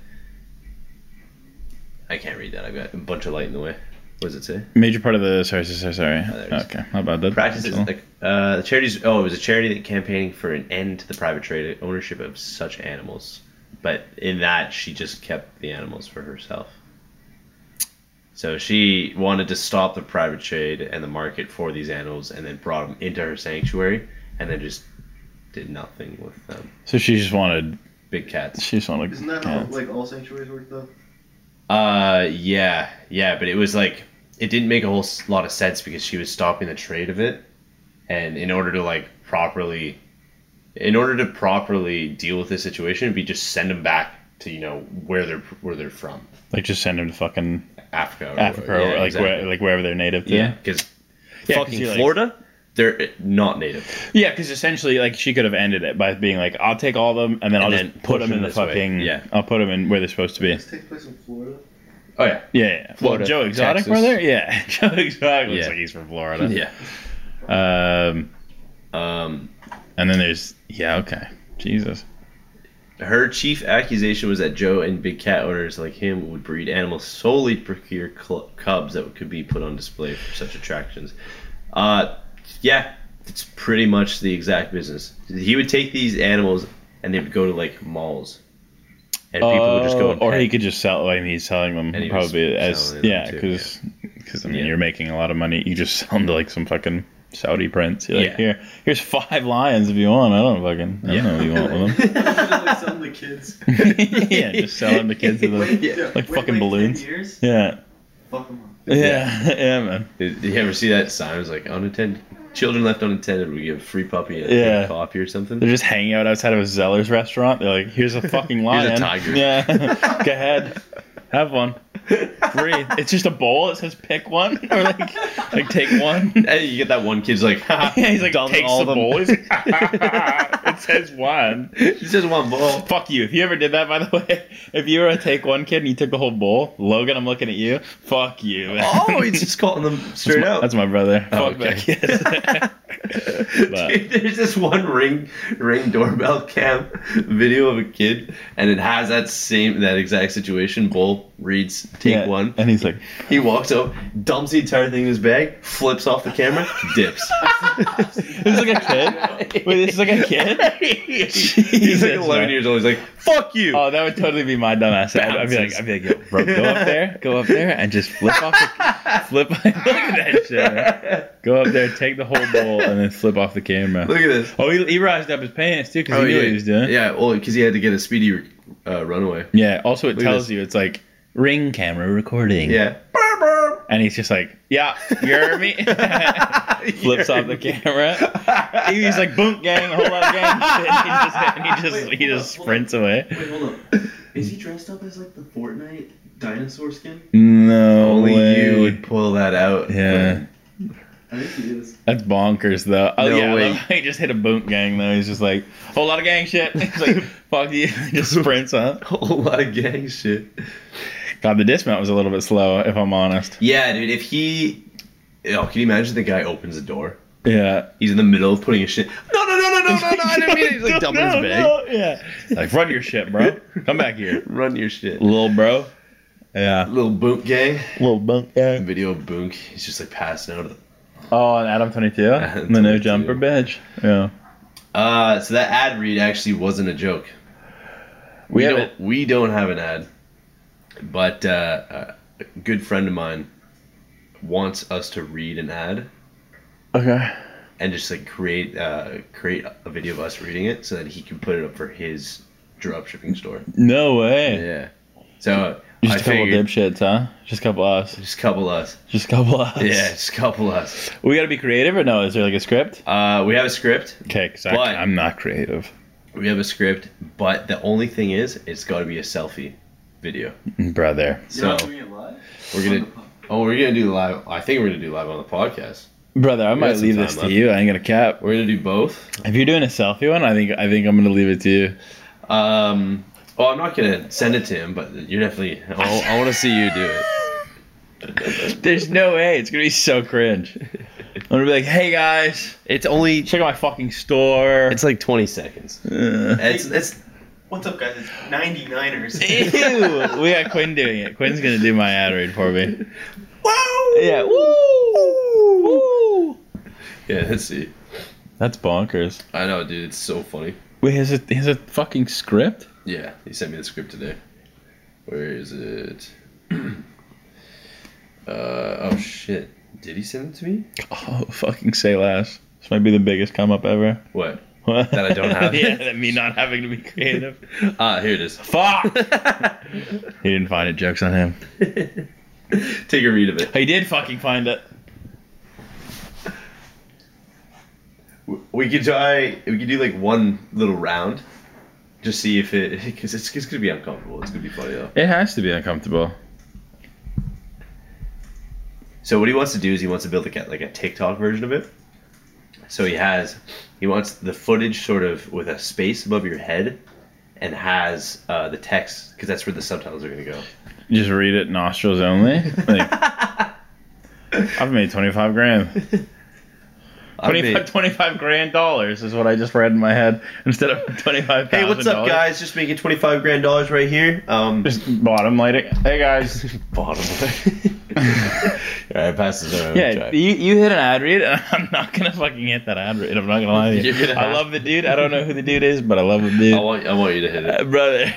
B: I can't read that. I've got a bunch of light in the way. What does it say?
A: Major part of the. Sorry, sorry, sorry. sorry.
B: Oh, there it is.
A: okay, how about that?
B: Practices
A: Cool.
B: like uh, the charities. Oh, it was a charity that campaigning for an end to the private trade ownership of such animals. But in that, she just kept the animals for herself. So she wanted to stop the private trade and the market for these animals, and then brought them into her sanctuary, and then just did nothing with them.
A: So she just wanted.
B: Big cats.
A: She just wanted.
C: Isn't that how
A: cats.
C: like all sanctuaries work though?
B: Uh, yeah, yeah, but it was like it didn't make a whole s- lot of sense because she was stopping the trade of it, and in order to like properly, in order to properly deal with this situation, it'd be just send them back to you know where they're where they're from,
A: Like just send them to fucking
B: Africa, or
A: Africa or like where, like wherever they're native to.
B: Oh, yeah, because
A: Yeah, 'cause
B: fucking
A: you're like-
B: Florida, they're eh, not native.
A: Yeah, because essentially, like she could have ended it by being like, "I'll take all of them, and then I'll
B: then
A: just put
B: push
A: them in
B: them
A: the
B: this way."
A: fucking.
B: Yeah.
A: I'll put them in where they're supposed to be."
C: This takes place in Florida.
B: Oh yeah,
A: Yeah, yeah. yeah.
B: Florida,
A: well, Joe Exotic,
B: Texas.
A: brother. Yeah, Joe Exotic looks
B: Yeah.
A: like he's from Florida.
B: yeah.
A: Um,
B: Um,
A: and then there's yeah, okay, Jesus.
B: Her chief accusation was that Joe and big cat owners like him would breed animals solely to procure cl- cubs that could be put on display for such attractions. Uh, yeah, it's pretty much the exact business. He would take these animals and they would go to like malls, and people would just go.
A: Oh,
B: And
A: or
B: pet.
A: he could just sell. I mean, he's selling them
B: And he was
A: probably as
B: selling them
A: yeah,
B: too,
A: because because I mean,
B: Yeah.
A: you're making a lot of money. You just sell them to like some fucking Saudi prince. You're like,
B: Yeah.
A: here, here's five lions if you want. I don't fucking. I
B: Yeah.
A: don't know what you want with them.
C: like some of the kids.
A: yeah, just sell them to kids. With
C: Wait,
A: the,
C: yeah,
A: like
C: wait,
A: fucking
C: wait 10
A: balloons.
C: years?
A: yeah,
C: Fuck 'em up.
A: yeah, yeah, man.
B: Did you ever see that sign? It was like unattended children left unattended. We give a free puppy and
A: Yeah.
B: a coffee or something.
A: They're just hanging out outside of a Zeller's restaurant. They're like, "Here's a fucking lion.
B: tiger.
A: Yeah, go ahead, have one. Free. It's just a bowl. It says pick one or like like take one.
B: Hey, you get that one kid's like, ha,
A: Yeah, he's like
B: dump
A: takes the
B: all of them.
A: bowl. He's like, it says one.
B: It's just one ball.
A: Fuck you. If you ever did that, by the way, if you were a take one kid and you took the whole bowl, Logan, I'm looking at you. Fuck you. man.
B: Oh, he's just calling them straight
A: that's my,
B: out.
A: That's my brother.
B: Oh,
A: Fuck
B: okay.
A: that But-
B: Dude, there's this one ring ring doorbell cam video of a kid, and it has that same that exact situation. Bull reads take
A: Yeah.
B: one.
A: And he's like,
B: He walks up, dumps the entire thing in his bag, flips off the camera, dips.
A: "This is like a kid. Wait, this is like a kid."
B: he's like 11
A: man.
B: years old. He's like, "Fuck you."
A: Oh, that would totally be my dumbass. I'd, I'd be like, I'd be like, yo, bro, go up there, go up there, and just flip off, the, flip. Look at that shit. Man. Go up there, take the whole bowl, and then flip off the camera.
B: Look at this. Oh,
A: Oh, he, he rised up his pants too because he knew
B: yeah.
A: what he was doing. Yeah.
B: Yeah, well, because he had to get a speedy uh, runaway.
A: Also, it
B: Look at
A: tells
B: this.
A: you it's like ring camera recording.
B: Yeah.
A: And he's just like, yeah, you heard me. Flips off the camera. He was like, boom, gang, whole lot of gang. And he just, and he just, he just sprints away.
C: Wait, hold up. Is he dressed up as like the Fortnite dinosaur skin?
A: No
B: Only
A: way.
B: you would pull that out.
A: Yeah.
C: I think he is.
A: That's bonkers, though. Oh,
B: No
A: yeah, I
B: way.
A: love how he just hit a boom gang, though. He's just like, whole lot of gang shit. He's like, fuck you. just sprints, huh?
B: whole lot of gang shit.
A: God, the dismount was a little bit slow, if I'm honest.
B: Yeah, dude. If he, oh, can you imagine the guy opens the door?
A: Yeah.
B: He's in the middle of putting his shit. No, no, no, no, no, no, no! I didn't mean it. He's like dumping his
A: No,
B: bag.
A: no, yeah. Like, run your shit, bro. Come back here.
B: Run your shit.
A: Little bro. Yeah.
B: Little boonk gang.
A: Little bunk gang.
B: Video of boonk. He's just like passing out. Of the...
A: Oh, and Adam 22?
B: Adam
A: the no
B: 22.
A: jumper bitch. Yeah.
B: Uh, so that ad read actually wasn't a joke.
A: We
B: We,
A: have
B: don't. We don't have an ad. But uh, a good friend of mine wants us to read an ad.
A: Okay.
B: and just like create uh, create a video of us reading it so that he can put it up for his dropshipping store.
A: No way.
B: Yeah. So
A: Just
B: I
A: a couple
B: figured
A: dipshits, huh? Just a couple us.
B: just couple us.
A: Just a couple us.
B: Yeah, just couple us.
A: We gotta be creative or no? Is there like a script?
B: Uh, we have a script.
A: Okay, because
B: But-
A: I'm not creative.
B: We have a script, but the only thing is, it's got to be a selfie video.
A: Brother.
C: You're not
B: So-
C: doing it live?
B: We're
C: On
B: gonna.
C: the pub.
B: Oh, we're gonna do live. I think we're gonna do live on the podcast.
A: Brother, I might
B: got some
A: leave
B: time
A: this to
B: left.
A: you. I ain't gonna cap.
B: We're gonna do both.
A: If you're doing a selfie one, I think I think I'm gonna leave it to you.
B: Um, Well, I'm not gonna send it to him, but you're definitely. I, want to see you do it.
A: There's no way. It's gonna be so cringe. I'm gonna be like, hey guys,
B: It's only.
A: check out my fucking store.
B: It's like 20 seconds.
A: Ugh.
B: It's it's
C: What's up, guys? It's 99ers.
A: Ew, we got Quinn doing it. Quinn's gonna do my ad read for me.
C: wow!
A: Yeah. Woo! Woo!
B: yeah. Let's see.
A: That's bonkers.
B: I know, dude. It's so funny.
A: Wait, has it has a fucking script?
B: Yeah, he sent me the script today. Where is it? uh oh shit! Did he send it to me?
A: Oh, fucking say less. This might be the biggest come up ever.
B: What? That I don't have?
A: yeah, that me not having to be creative.
B: Ah, here it is.
A: Fuck! He didn't find it. Jokes on him.
B: Take a read of it.
A: He did fucking find it.
B: We could try. We could do like one little round. Just see if it, because it's, it's gonna be uncomfortable. It's gonna be funny though.
A: It has to be uncomfortable.
B: So what he wants to do is he wants to build like a, like a TikTok version of it. So he has, he wants the footage sort of with a space above your head, and has uh, the text because that's where the subtitles are gonna go.
A: Just read it nostrils only. Like, I've made 25 grand.
B: I
A: 25,
B: mean-
A: 25 grand dollars is what I just read in my head instead of 25
B: Hey, what's up, guys? Just making twenty five grand dollars right here. Um,
A: Just bottom lighting. Hey, guys.
B: bottom. All right, pass this over.
A: Yeah, you, you hit an ad read, and I'm not gonna fucking hit that ad read. I'm not gonna lie to you.
B: You're gonna
A: I
B: have
A: love the dude. I don't know who the dude is, but I love the dude,
B: I want I want you to hit it.
A: Uh, brother.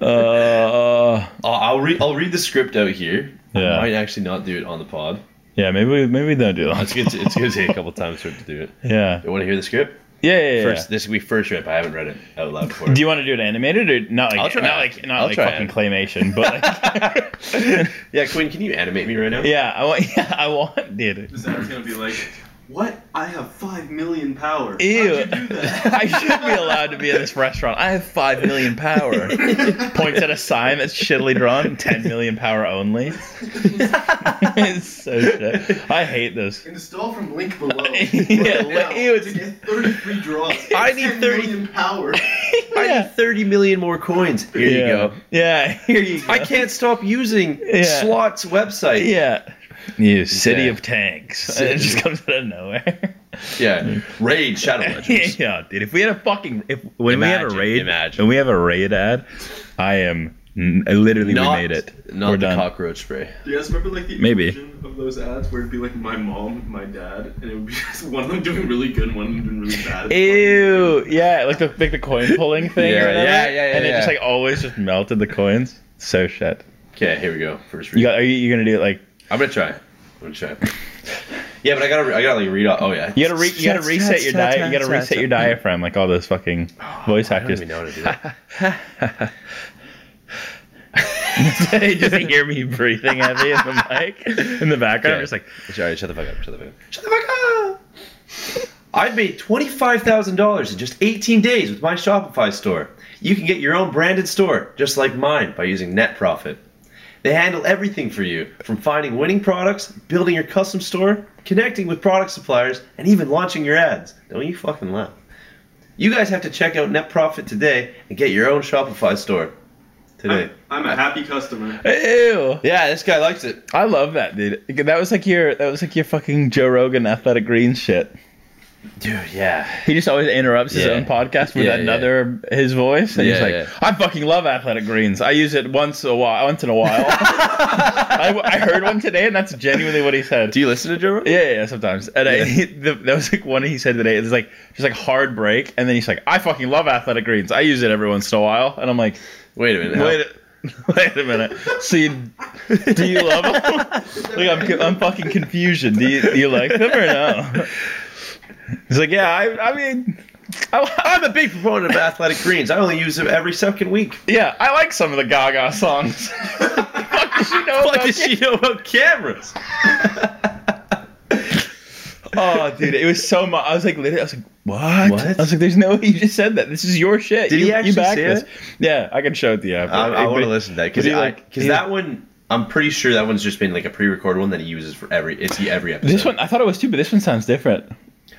A: uh,
B: I'll, I'll read I'll read the script out here.
A: Yeah.
B: I might actually not do it on the pod.
A: yeah, maybe we, maybe we don't do that.
B: It's gonna t- it's gonna take a couple times for it to do it.
A: Yeah,
B: You want to hear the script?
A: yeah, yeah. yeah.
B: First, this will be first rip. I haven't read it out loud before.
A: do you want to do it animated or not? Like,
B: I'll try
A: not
B: it.
A: like not
B: I'll
A: like
B: try
A: fucking
B: it.
A: claymation, but like,
B: yeah, Quinn, can you animate me right now?
A: yeah, I want, yeah, I want, dude.
C: Zach's gonna be like, what? I have 5 million power.
A: Ew.
C: How'd you do that?
A: I should be allowed to be in this restaurant. I have five million power. Points at a sign that's shittily drawn. Ten million power only. it's so shit. I hate this.
C: Install from link below.
A: Yeah,
C: Right now
A: ew, it's-
C: to get 33 draws.
B: I need
C: 10
B: 30
C: million power.
B: I need thirty million more coins. Here
A: yeah.
B: you go.
A: Yeah, here you go.
B: I can't stop using
A: Yeah.
B: Slot's website.
A: Yeah. You city
B: Yeah.
A: of tanks.
B: City-
A: It just comes out of nowhere.
B: Yeah. Raid Shadow Legends.
A: yeah, dude. If we had a fucking if when we have a
B: Imagine,
A: raid,
B: imagine.
A: when we have a raid ad, I am n- literally
B: Not,
A: we made it.
B: not
A: We're
B: the
A: done.
B: cockroach spray.
C: Do you guys remember like the
A: Maybe.
C: origin of those ads where it'd be like my mom, my dad, and it would be just one of them doing really good, and one of them doing really bad.
A: Ew! Yeah, like the like the coin pulling thing.
B: Yeah,
A: or whatever,
B: yeah, yeah, yeah,
A: And it just
B: yeah.
A: like always just melted the coins. So shit.
B: Okay, here we go. First read.
A: You got? Are you you gonna do it like?
B: I'm gonna try. I'm gonna try. Yeah, but I gotta, I gotta like read off. Oh yeah,
A: You gotta re- you gotta reset your diet. You gotta reset your diaphragm like all those fucking voice
B: Oh, I don't
A: actors.
B: even know how to do that.
A: just hear me breathing heavy in the mic in the background. I'm
B: Okay.
A: just like,
B: Sorry, shut the fuck up. Shut the fuck up. Shut the fuck up. I've made twenty five thousand dollars in just eighteen days with my Shopify store. You can get your own branded store just like mine by using NetProfit. They handle everything for you, from finding winning products, building your custom store, connecting with product suppliers, and even launching your ads. Don't you fucking laugh. You guys have to check out NetProfit today and get your own Shopify store today.
C: I'm, I'm a happy customer.
A: ew.
B: Yeah, this guy likes it.
A: I love that, dude. That was like your that was like your fucking Joe Rogan athletic green shit.
B: Dude, yeah.
A: He just always interrupts his
B: Yeah.
A: own podcast with
B: Yeah, yeah.
A: another his voice, and he's
B: Yeah,
A: like,
B: yeah.
A: "I fucking love athletic greens. I use it once a while, once in a while. I, I heard one today, and that's genuinely what he said.
B: you listen to Joe Rogan?
A: yeah, yeah, yeah, sometimes. And I, the, that was like one he said today. It's like just like hard break, and then he's like, "I fucking love athletic greens. I use it every once in a while," and I'm like,
B: Wait a minute. now.
A: "Wait." a- Wait a minute. So, you, do you love them? Like I'm, I'm fucking confusion. Do you, do you like them or no? He's like, yeah, I, I mean, I,
B: I'm a big proponent of athletic greens. I only use them every second week.
A: yeah, I like some of the Gaga songs. fuck does she know
B: What
A: about
B: does she know about cameras?
A: Oh, dude, it was so much. I was like, literally, I was like, what?
B: What?
A: I was like, there's no way you just said that. This is your shit.
B: Did
A: you,
B: he actually
A: you back
B: say
A: this.
B: it?
A: Yeah, I can show it to you. after.
B: I, I
A: But-
B: want to listen to that because
A: Is he like-
B: because
A: he-
B: that one I'm pretty sure that one's just been like a pre-recorded one that he uses for every it's the every episode.
A: This one, I thought it was too, but this one sounds different.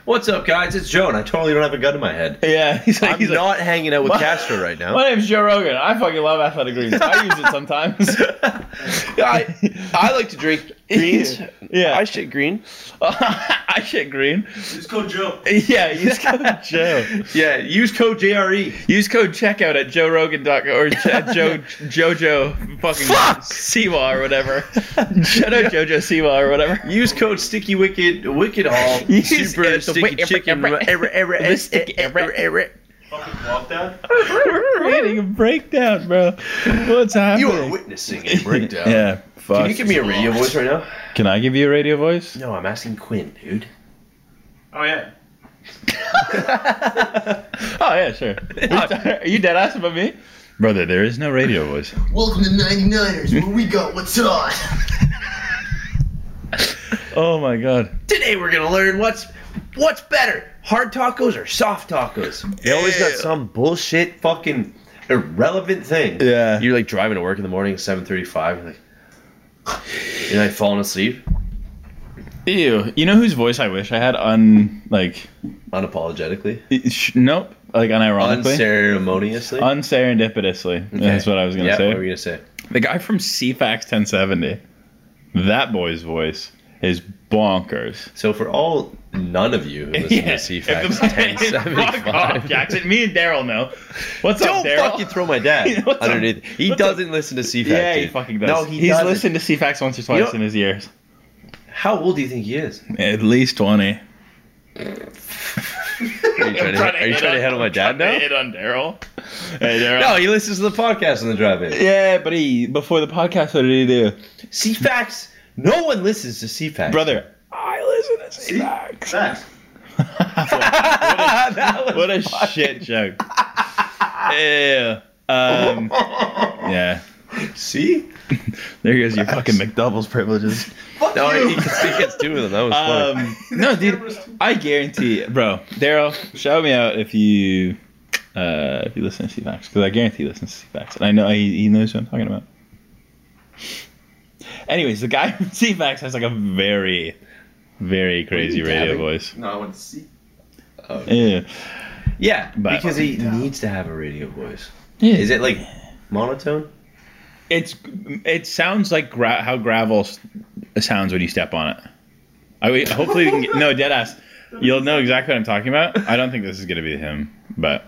B: "What's up, guys? It's Joe, and I totally don't have a gun in my head.
A: Yeah, he's like,
B: I'm
A: he's like,
B: not hanging out with
A: "My-
B: Castro right now."
A: My name's Joe Rogan. I fucking love athletic greens. I use it sometimes.
D: I, I like to drink greens.
A: Yeah.
D: I shit green.
A: I shit green.
C: Just go Joe.
A: Yeah, use code Joe.
B: yeah, use code E. JRE.
A: Use code checkout at joerogan.com or j- at Joe Jojo fucking
B: Fuck!
A: Siwa or whatever. Shout out Jojo Siwa or whatever.
B: Use code Sticky Wicked Wicked All
A: Use
B: Super
A: it, the
B: Sticky
A: wicked-
B: Chicken.
A: wicked-
B: err, err,
A: the
B: err,
A: sticky-
B: err, err, err, err.
C: Fucking walk that.
A: We're creating a breakdown, bro. What's happening?
B: You are witnessing a breakdown.
A: Yeah, fuck.
B: Can you give me a radio voice right now?
A: Can I give you a radio voice?
B: No, I'm asking Quinn, dude.
C: Oh yeah.
A: Oh yeah, sure. Are you dead ass about me? Brother, there is no radio voice.
E: Welcome to 99ers,
A: Hmm?
E: where we got what's on.
A: Oh my god.
B: Today we're gonna learn what's what's better, hard tacos or soft tacos. They always got
A: Yeah.
B: some bullshit, fucking irrelevant thing.
A: Yeah.
B: You're like driving to work in the morning, seven thirty-five, and like, you're like falling asleep,
A: Ew. You know whose voice I wish I had? Un like
B: unapologetically,
A: sh- nope. Like unironically.
B: unceremoniously.
A: Unserendipitously. That's what I was gonna
B: yeah,
A: say.
B: What were you gonna say?
A: The guy from CFAX 1070. That boy's voice is bonkers.
B: So for all none of you who listen to CFAX ten seventy
A: Fuck off,
B: five,
A: Jackson. Me and Daryl know. What's up,
B: don't
A: Daryl?
B: fucking throw my dad
A: What's up?
B: underneath. He
A: What's up?
B: doesn't listen to CFAX.
A: yeah, he
B: dude.
A: fucking does.
B: No, he
A: He's
B: doesn't.
A: listened to CFAX once or twice
B: You know-
A: in his years.
B: How old do you think he is?
A: At least 20.
B: Are you trying to, are you trying to head on my dad now?
A: Hit on Daryl. Hey, Daryl.
B: No, he listens to the podcast on the drive-in.
A: Yeah, but he, before the podcast, what did he do?
B: CFAX. No one listens to CFAX.
A: Brother. I listen to CFAX.
C: Facts.
B: That was
A: What a shit joke. Ew. Um, yeah.
B: See?
A: There goes your fucking McDoubles privileges.
C: Fuck
B: No,
C: you.
B: he gets, he gets two of them. That was funny.
A: Um, no, dude, I guarantee, bro, Daryl, shout me out if you uh, if you listen to C-Facts, because I guarantee he listens to C-Facts, and I know he, he knows who I'm talking about. Anyways, the guy from C-Facts has like a very, very crazy
B: you
A: radio
B: dabbing?
A: voice.
C: No, I went to see.
A: Yeah,
B: Yeah,
A: But-
B: because he needs to have a radio voice.
A: yeah.
B: Is it like monotone?
A: It's it sounds like gra- how gravel s- sounds when you step on it. I wait, hopefully we can get, no dead ass. You'll know exactly what I'm talking about. I don't think this is gonna be him, but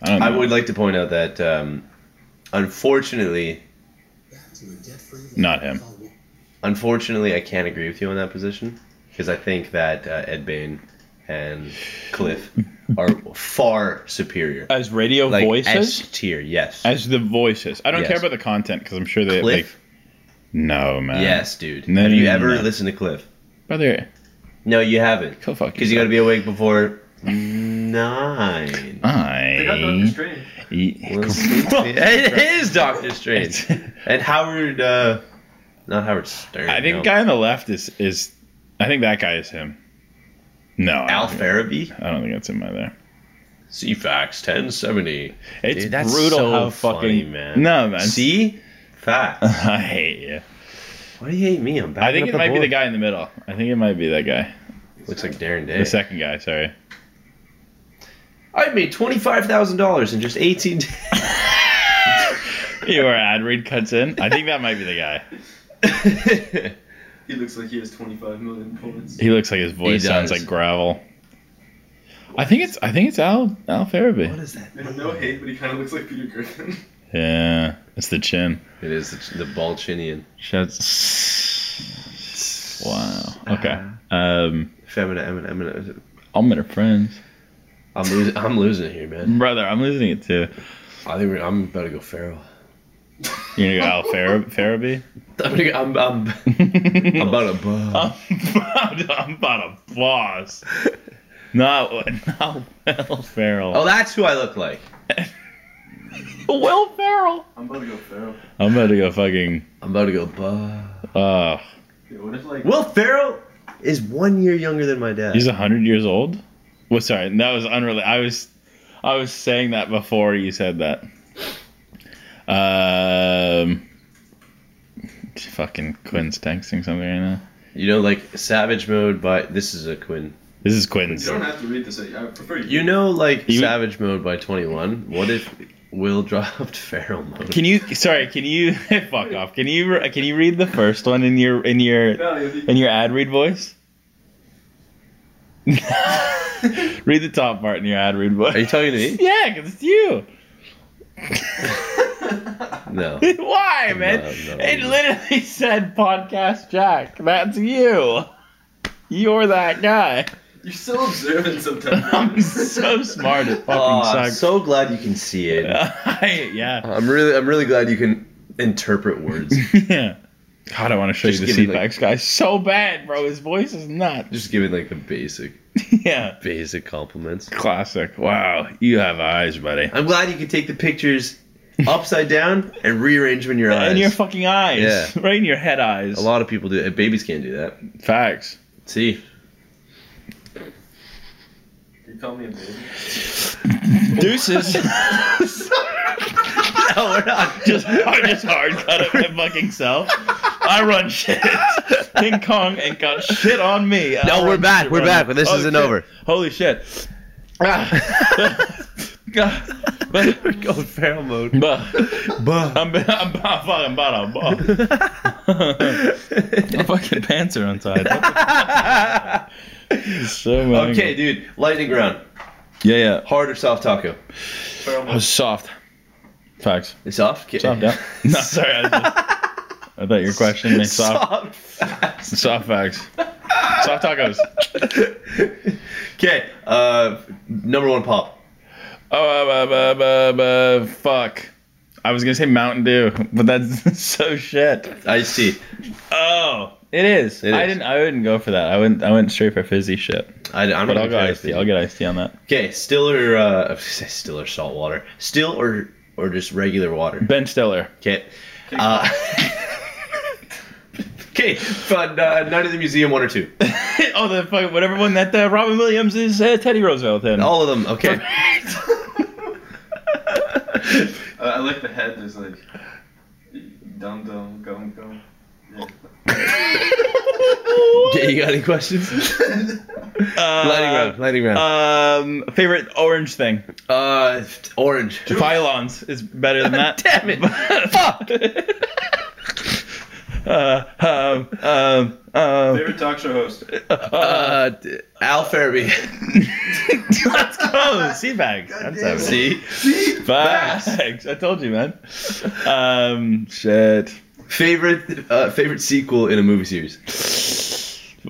A: I don't. Know.
B: I would like to point out that um, unfortunately,
A: Not him.
B: unfortunately, I can't agree with you on that position because I think that uh, Ed Bain and Cliff are far superior.
A: as radio
B: Like
A: voices
B: S tier, yes.
A: as the voices. I don't
B: Yes.
A: care about the content because I'm sure they
B: Cliff,
A: like no man.
B: yes, dude.
A: No,
B: have
A: no,
B: you
A: no,
B: ever
A: no.
B: listened to Cliff?
A: brother,
B: No, you haven't.
A: go fuck
B: Because you got to be awake before nine.
C: They got Doctor
A: I.
C: Strange.
B: it is Doctor Strange. And Howard, uh, not Howard Stern.
A: I think
B: no.
A: the guy on the left is is. I think that guy is him. No, I
B: Al
A: don't, think,
B: Farabee,
A: I don't think that's him either.
B: CFAX 1070.
A: It's
B: Dude, that's
A: brutal
B: so
A: how
B: funny,
A: fucking
B: man.
A: no man.
B: See, facts.
A: I hate you.
B: Why do you hate me? I'm back.
A: I think it might be the guy in the middle. I think it might be that guy.
B: Looks like Darren Day.
A: The second guy, sorry.
B: I made twenty five thousand dollars in just eighteen days.
A: You where ad read cuts in. I think that might be the guy.
C: He looks like he has 25 million points.
A: He looks like his voice
B: He
A: sounds
B: does.
A: like gravel. I think it's I think it's Al Al
B: what
A: Farabee.
B: is that?
C: I have no hate, but he kind of looks like Peter Griffin.
A: Yeah, it's the chin.
B: It is the, the Balchinian
A: Shouts. Wow. Okay.
B: Ah.
A: Um,
B: feminine. I'm, I'm, I'm,
A: I'm better friends,
B: I'm losing. I'm losing it here, man.
A: brother. I'm losing it too.
B: I think we're, I'm about to go feral.
A: You're gonna go Al Farab- Farabee.
B: I'm, gonna, go- I'm, I'm, I'm about to.
A: I'm about, I'm about a boss. Not not Will Ferrell.
B: Oh, that's who I look like.
A: Will Ferrell.
C: I'm about to go feral.
A: I'm about to go fucking.
B: I'm about to go. Bah.
A: Uh,
C: Yeah, what if like
B: Will Ferrell is one year younger than my dad.
A: he's hundred years old. What? Sorry, that was unrelated. I was, I was saying that before you said that. Um, fucking Quinn's texting something right now.
B: you know, like Savage Mode by this is a Quinn
A: This is
C: You
A: Quentin's.
C: don't have to read this. I prefer you.
B: You know, like
A: You-
B: Savage Mode by Twenty One. What if Will dropped Feral Mode?
A: Can you? Sorry, can you? fuck off. Can you? Can you read the first one in your in your
C: No, if you-
A: in your ad read voice? read the top part in your ad read voice.
B: Are you talking to me?
A: Yeah, 'cause it's you.
B: No.
A: Why,
B: I'm
A: man?
B: not- I'm
A: it
B: not reading.
A: literally said podcast Jack. That's you. You're that guy.
C: You're so observant sometimes.
A: I'm so smart at fucking
B: Aw, I'm
A: suck.
B: so glad you can see it.
A: I- yeah.
B: I'm really, I'm really glad you can interpret words.
A: Yeah. God, I want to show
B: Just
A: you the
B: give me,
A: CFAX guy so bad, bro. His voice is nuts.
B: Just giving like the basic,
A: yeah.
B: basic compliments.
A: Classic. Wow. You have eyes, buddy.
B: I'm glad you can take the pictures upside down and rearrange them in your eyes.
A: In your fucking eyes.
B: Yeah.
A: Right in your head eyes.
B: A lot of people do it. Babies can't do that.
A: Facts.
B: See,
C: You call me a baby.
A: Deuces.
B: no, we're not.
A: just I just hard cut at my fucking self. I run shit. King Kong and got shit on me. I
B: No, we're
A: run
B: back.
A: shit
B: We're
A: on
B: back.
A: me.
B: This
A: Oh,
B: isn't
A: shit.
B: over.
A: Holy shit. Ah. God.
B: we're going feral mode.
A: But
B: Bah.
A: I'm, I'm, I'm fucking bottom. bottom. My fucking pants are untied. What the- so many-
B: okay, dude. Lightning round.
A: Yeah, yeah.
B: Hard or soft taco?
C: Feral
A: I was soft. Facts.
B: It's soft. Okay.
A: Soft, yeah. No, sorry. I, was just, I thought your question was soft.
B: soft. fast.
A: Soft facts. Soft tacos.
B: Okay. Uh, number one pop.
A: Oh, uh, uh, uh, uh, uh, fuck. I was gonna say Mountain Dew, but that's so shit.
B: Iced tea.
A: Oh, it is.
B: It
A: I
B: is.
A: didn't. I wouldn't go for that. I went. I went straight for fizzy shit.
B: I, I'm
A: But
B: not
A: I'll
B: a
A: go
B: fan of
A: iced tea.
B: fizzy.
A: I'll get iced tea on that.
B: Okay, still or uh, still or salt water, still or or just regular water.
A: Ben Stiller.
B: Okay. Uh, okay, fun. Uh, Night of the Museum, one or two.
A: oh, the fucking whatever one that uh, Robin Williams is uh, Teddy Roosevelt in.
B: All of them. Okay.
C: Uh, I like the head. There's like dum dum gum gum. Yeah.
B: Okay, you got any questions? lightning
A: uh,
B: round. Lightning round.
A: um, favorite orange thing.
B: Uh, orange.
A: Pylons is better than that.
B: Damn it. Fuck.
A: Uh, um, um, um,
C: Favorite talk show host.
B: Uh, d- Al Farabee.
A: Let's go. Sea bags. Oh, That's
E: damn
A: how
E: it.
B: See,
A: Bags. I told you, man. Um, shit.
B: favorite uh, favorite sequel in a movie series.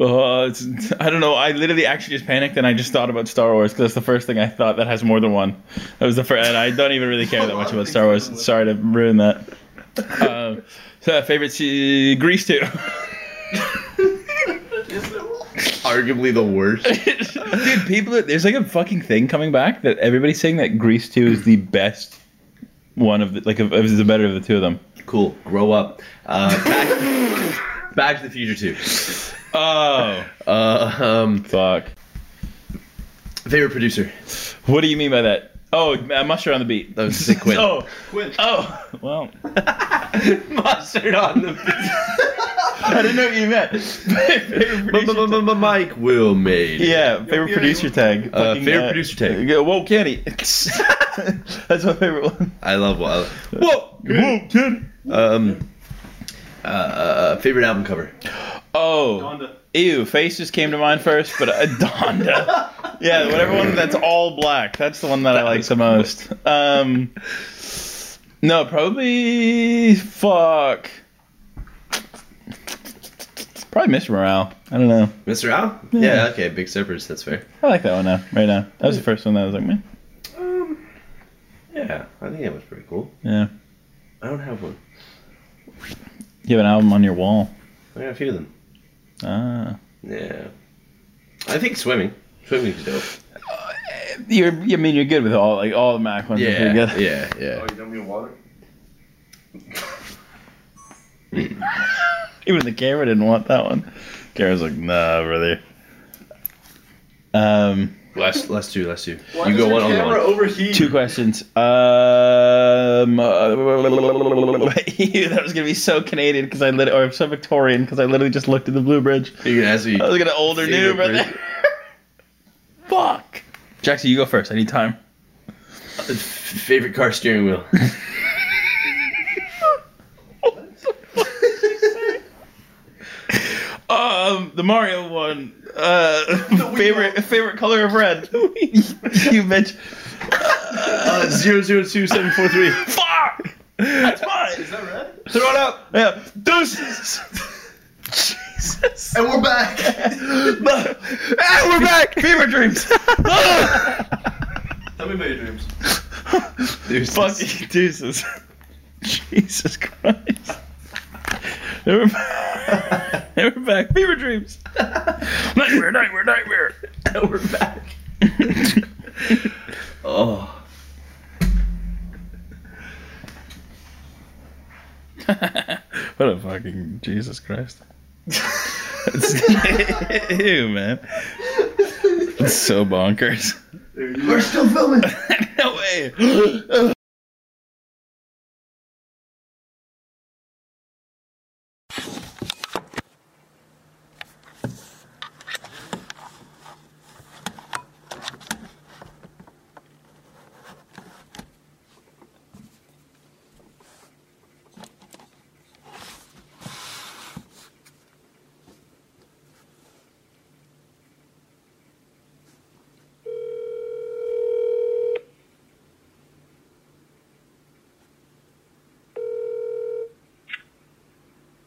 A: Uh, it's- I don't know. I literally actually just panicked and I just thought about Star Wars because that's the first thing I thought that has more than one. That was the first, and I don't even really care that much about Star Wars. Sorry to ruin that. Uh, so favorite se- Grease too.
B: Arguably the worst.
A: Dude, people, there's like a fucking thing coming back that everybody's saying that Grease two is the best one of the like of, is the better of the two of them.
B: Cool. Grow up. Uh, back, back to the Future Two.
A: Oh
B: Uh, um,
A: fuck.
B: favorite producer.
A: What do you mean by that? Oh, uh, mustard on the beat.
B: That was sick, Quinn.
A: Oh,
C: Quinn.
B: Uh,
A: oh, well,
B: Mustard on the
A: I didn't know what you meant. favorite producer tag.
B: Mike will made.
A: Yeah, favorite
C: yeah,
A: producer tag.
B: Uh,
A: Fucking,
B: favorite producer tag.
A: yeah, Whoa, Kenny. That's my favorite one.
B: I love Wild.
A: Whoa, whoa, Kenny.
B: Um, uh, uh, favorite album cover.
A: Oh,
C: Donda.
A: ew, face just came to mind first, but uh, Donda. Yeah, whatever one that's all black. That's the one that, I like the most. Um, no, probably fuck. Probably Mr. Morale. I don't know.
B: Mr. Al? Yeah. okay, Big Steppers, that's fair.
A: I like that one now. Right now, that was the first one that I was like, man.
B: Yeah, I think that was pretty cool.
A: Yeah,
B: I don't have one.
A: you have an album on your wall.
B: I got a few of them.
A: Ah.
B: Yeah. I think swimming. Swimming is dope.
A: You're, I mean, you're good with all like all the Mac ones. are
B: Yeah,
A: pretty good.
B: yeah,
C: Oh,
B: yeah.
C: you don't mean water?
A: Even the camera didn't want that one. Camera's like, nah, brother. Um,
B: Last, last two, last two.
C: Why
B: you go
C: does your
B: one on
C: camera
B: one.
C: overheat?
A: two questions. Um, ew, that was gonna be so Canadian because I lit, or so Victorian because I literally just looked at the Blue Bridge.
B: You can ask me.
A: I was gonna old or new,
B: Favorite
A: brother.
B: bridge.
A: Jackson, you go first. I need time.
B: Favorite car steering wheel.
A: Um, the Mario one. Uh, favorite favorite color of red. you bitch.
B: Uh, zero zero two seven four three.
A: Fuck. That's mine.
C: Is that red?
A: Throw it up. Yeah. Deuces. Jesus.
E: And we're back.
A: Ah, we're back. Fever dreams.
C: Tell me about your dreams.
A: Fucking deuces. Jesus Christ. They were back. They were back. Fever dreams. Nightmare, nightmare, nightmare.
B: We're back. Oh.
A: what a fucking Jesus Christ. It's, ew, man. It's so bonkers.
C: There you
E: We're
C: are.
E: still filming.
A: no way.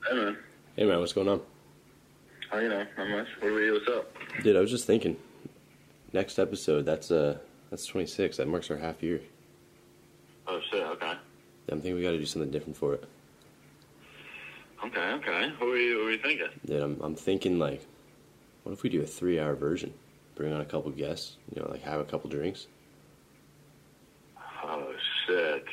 F: Hey man,
B: Hey man, what's going on?
F: how you know? Not much. What are you? What's up?
B: Dude, I was just thinking. Next episode, that's uh, that's 26. That marks our half year.
F: Oh shit. Okay.
B: I'm thinking we got to do something different for it.
F: Okay. Okay. What were you? What were you thinking?
B: Dude, I'm I'm thinking like, what if we do a three-hour version? Bring on a couple guests. You know, like have a couple drinks.
F: Oh shit.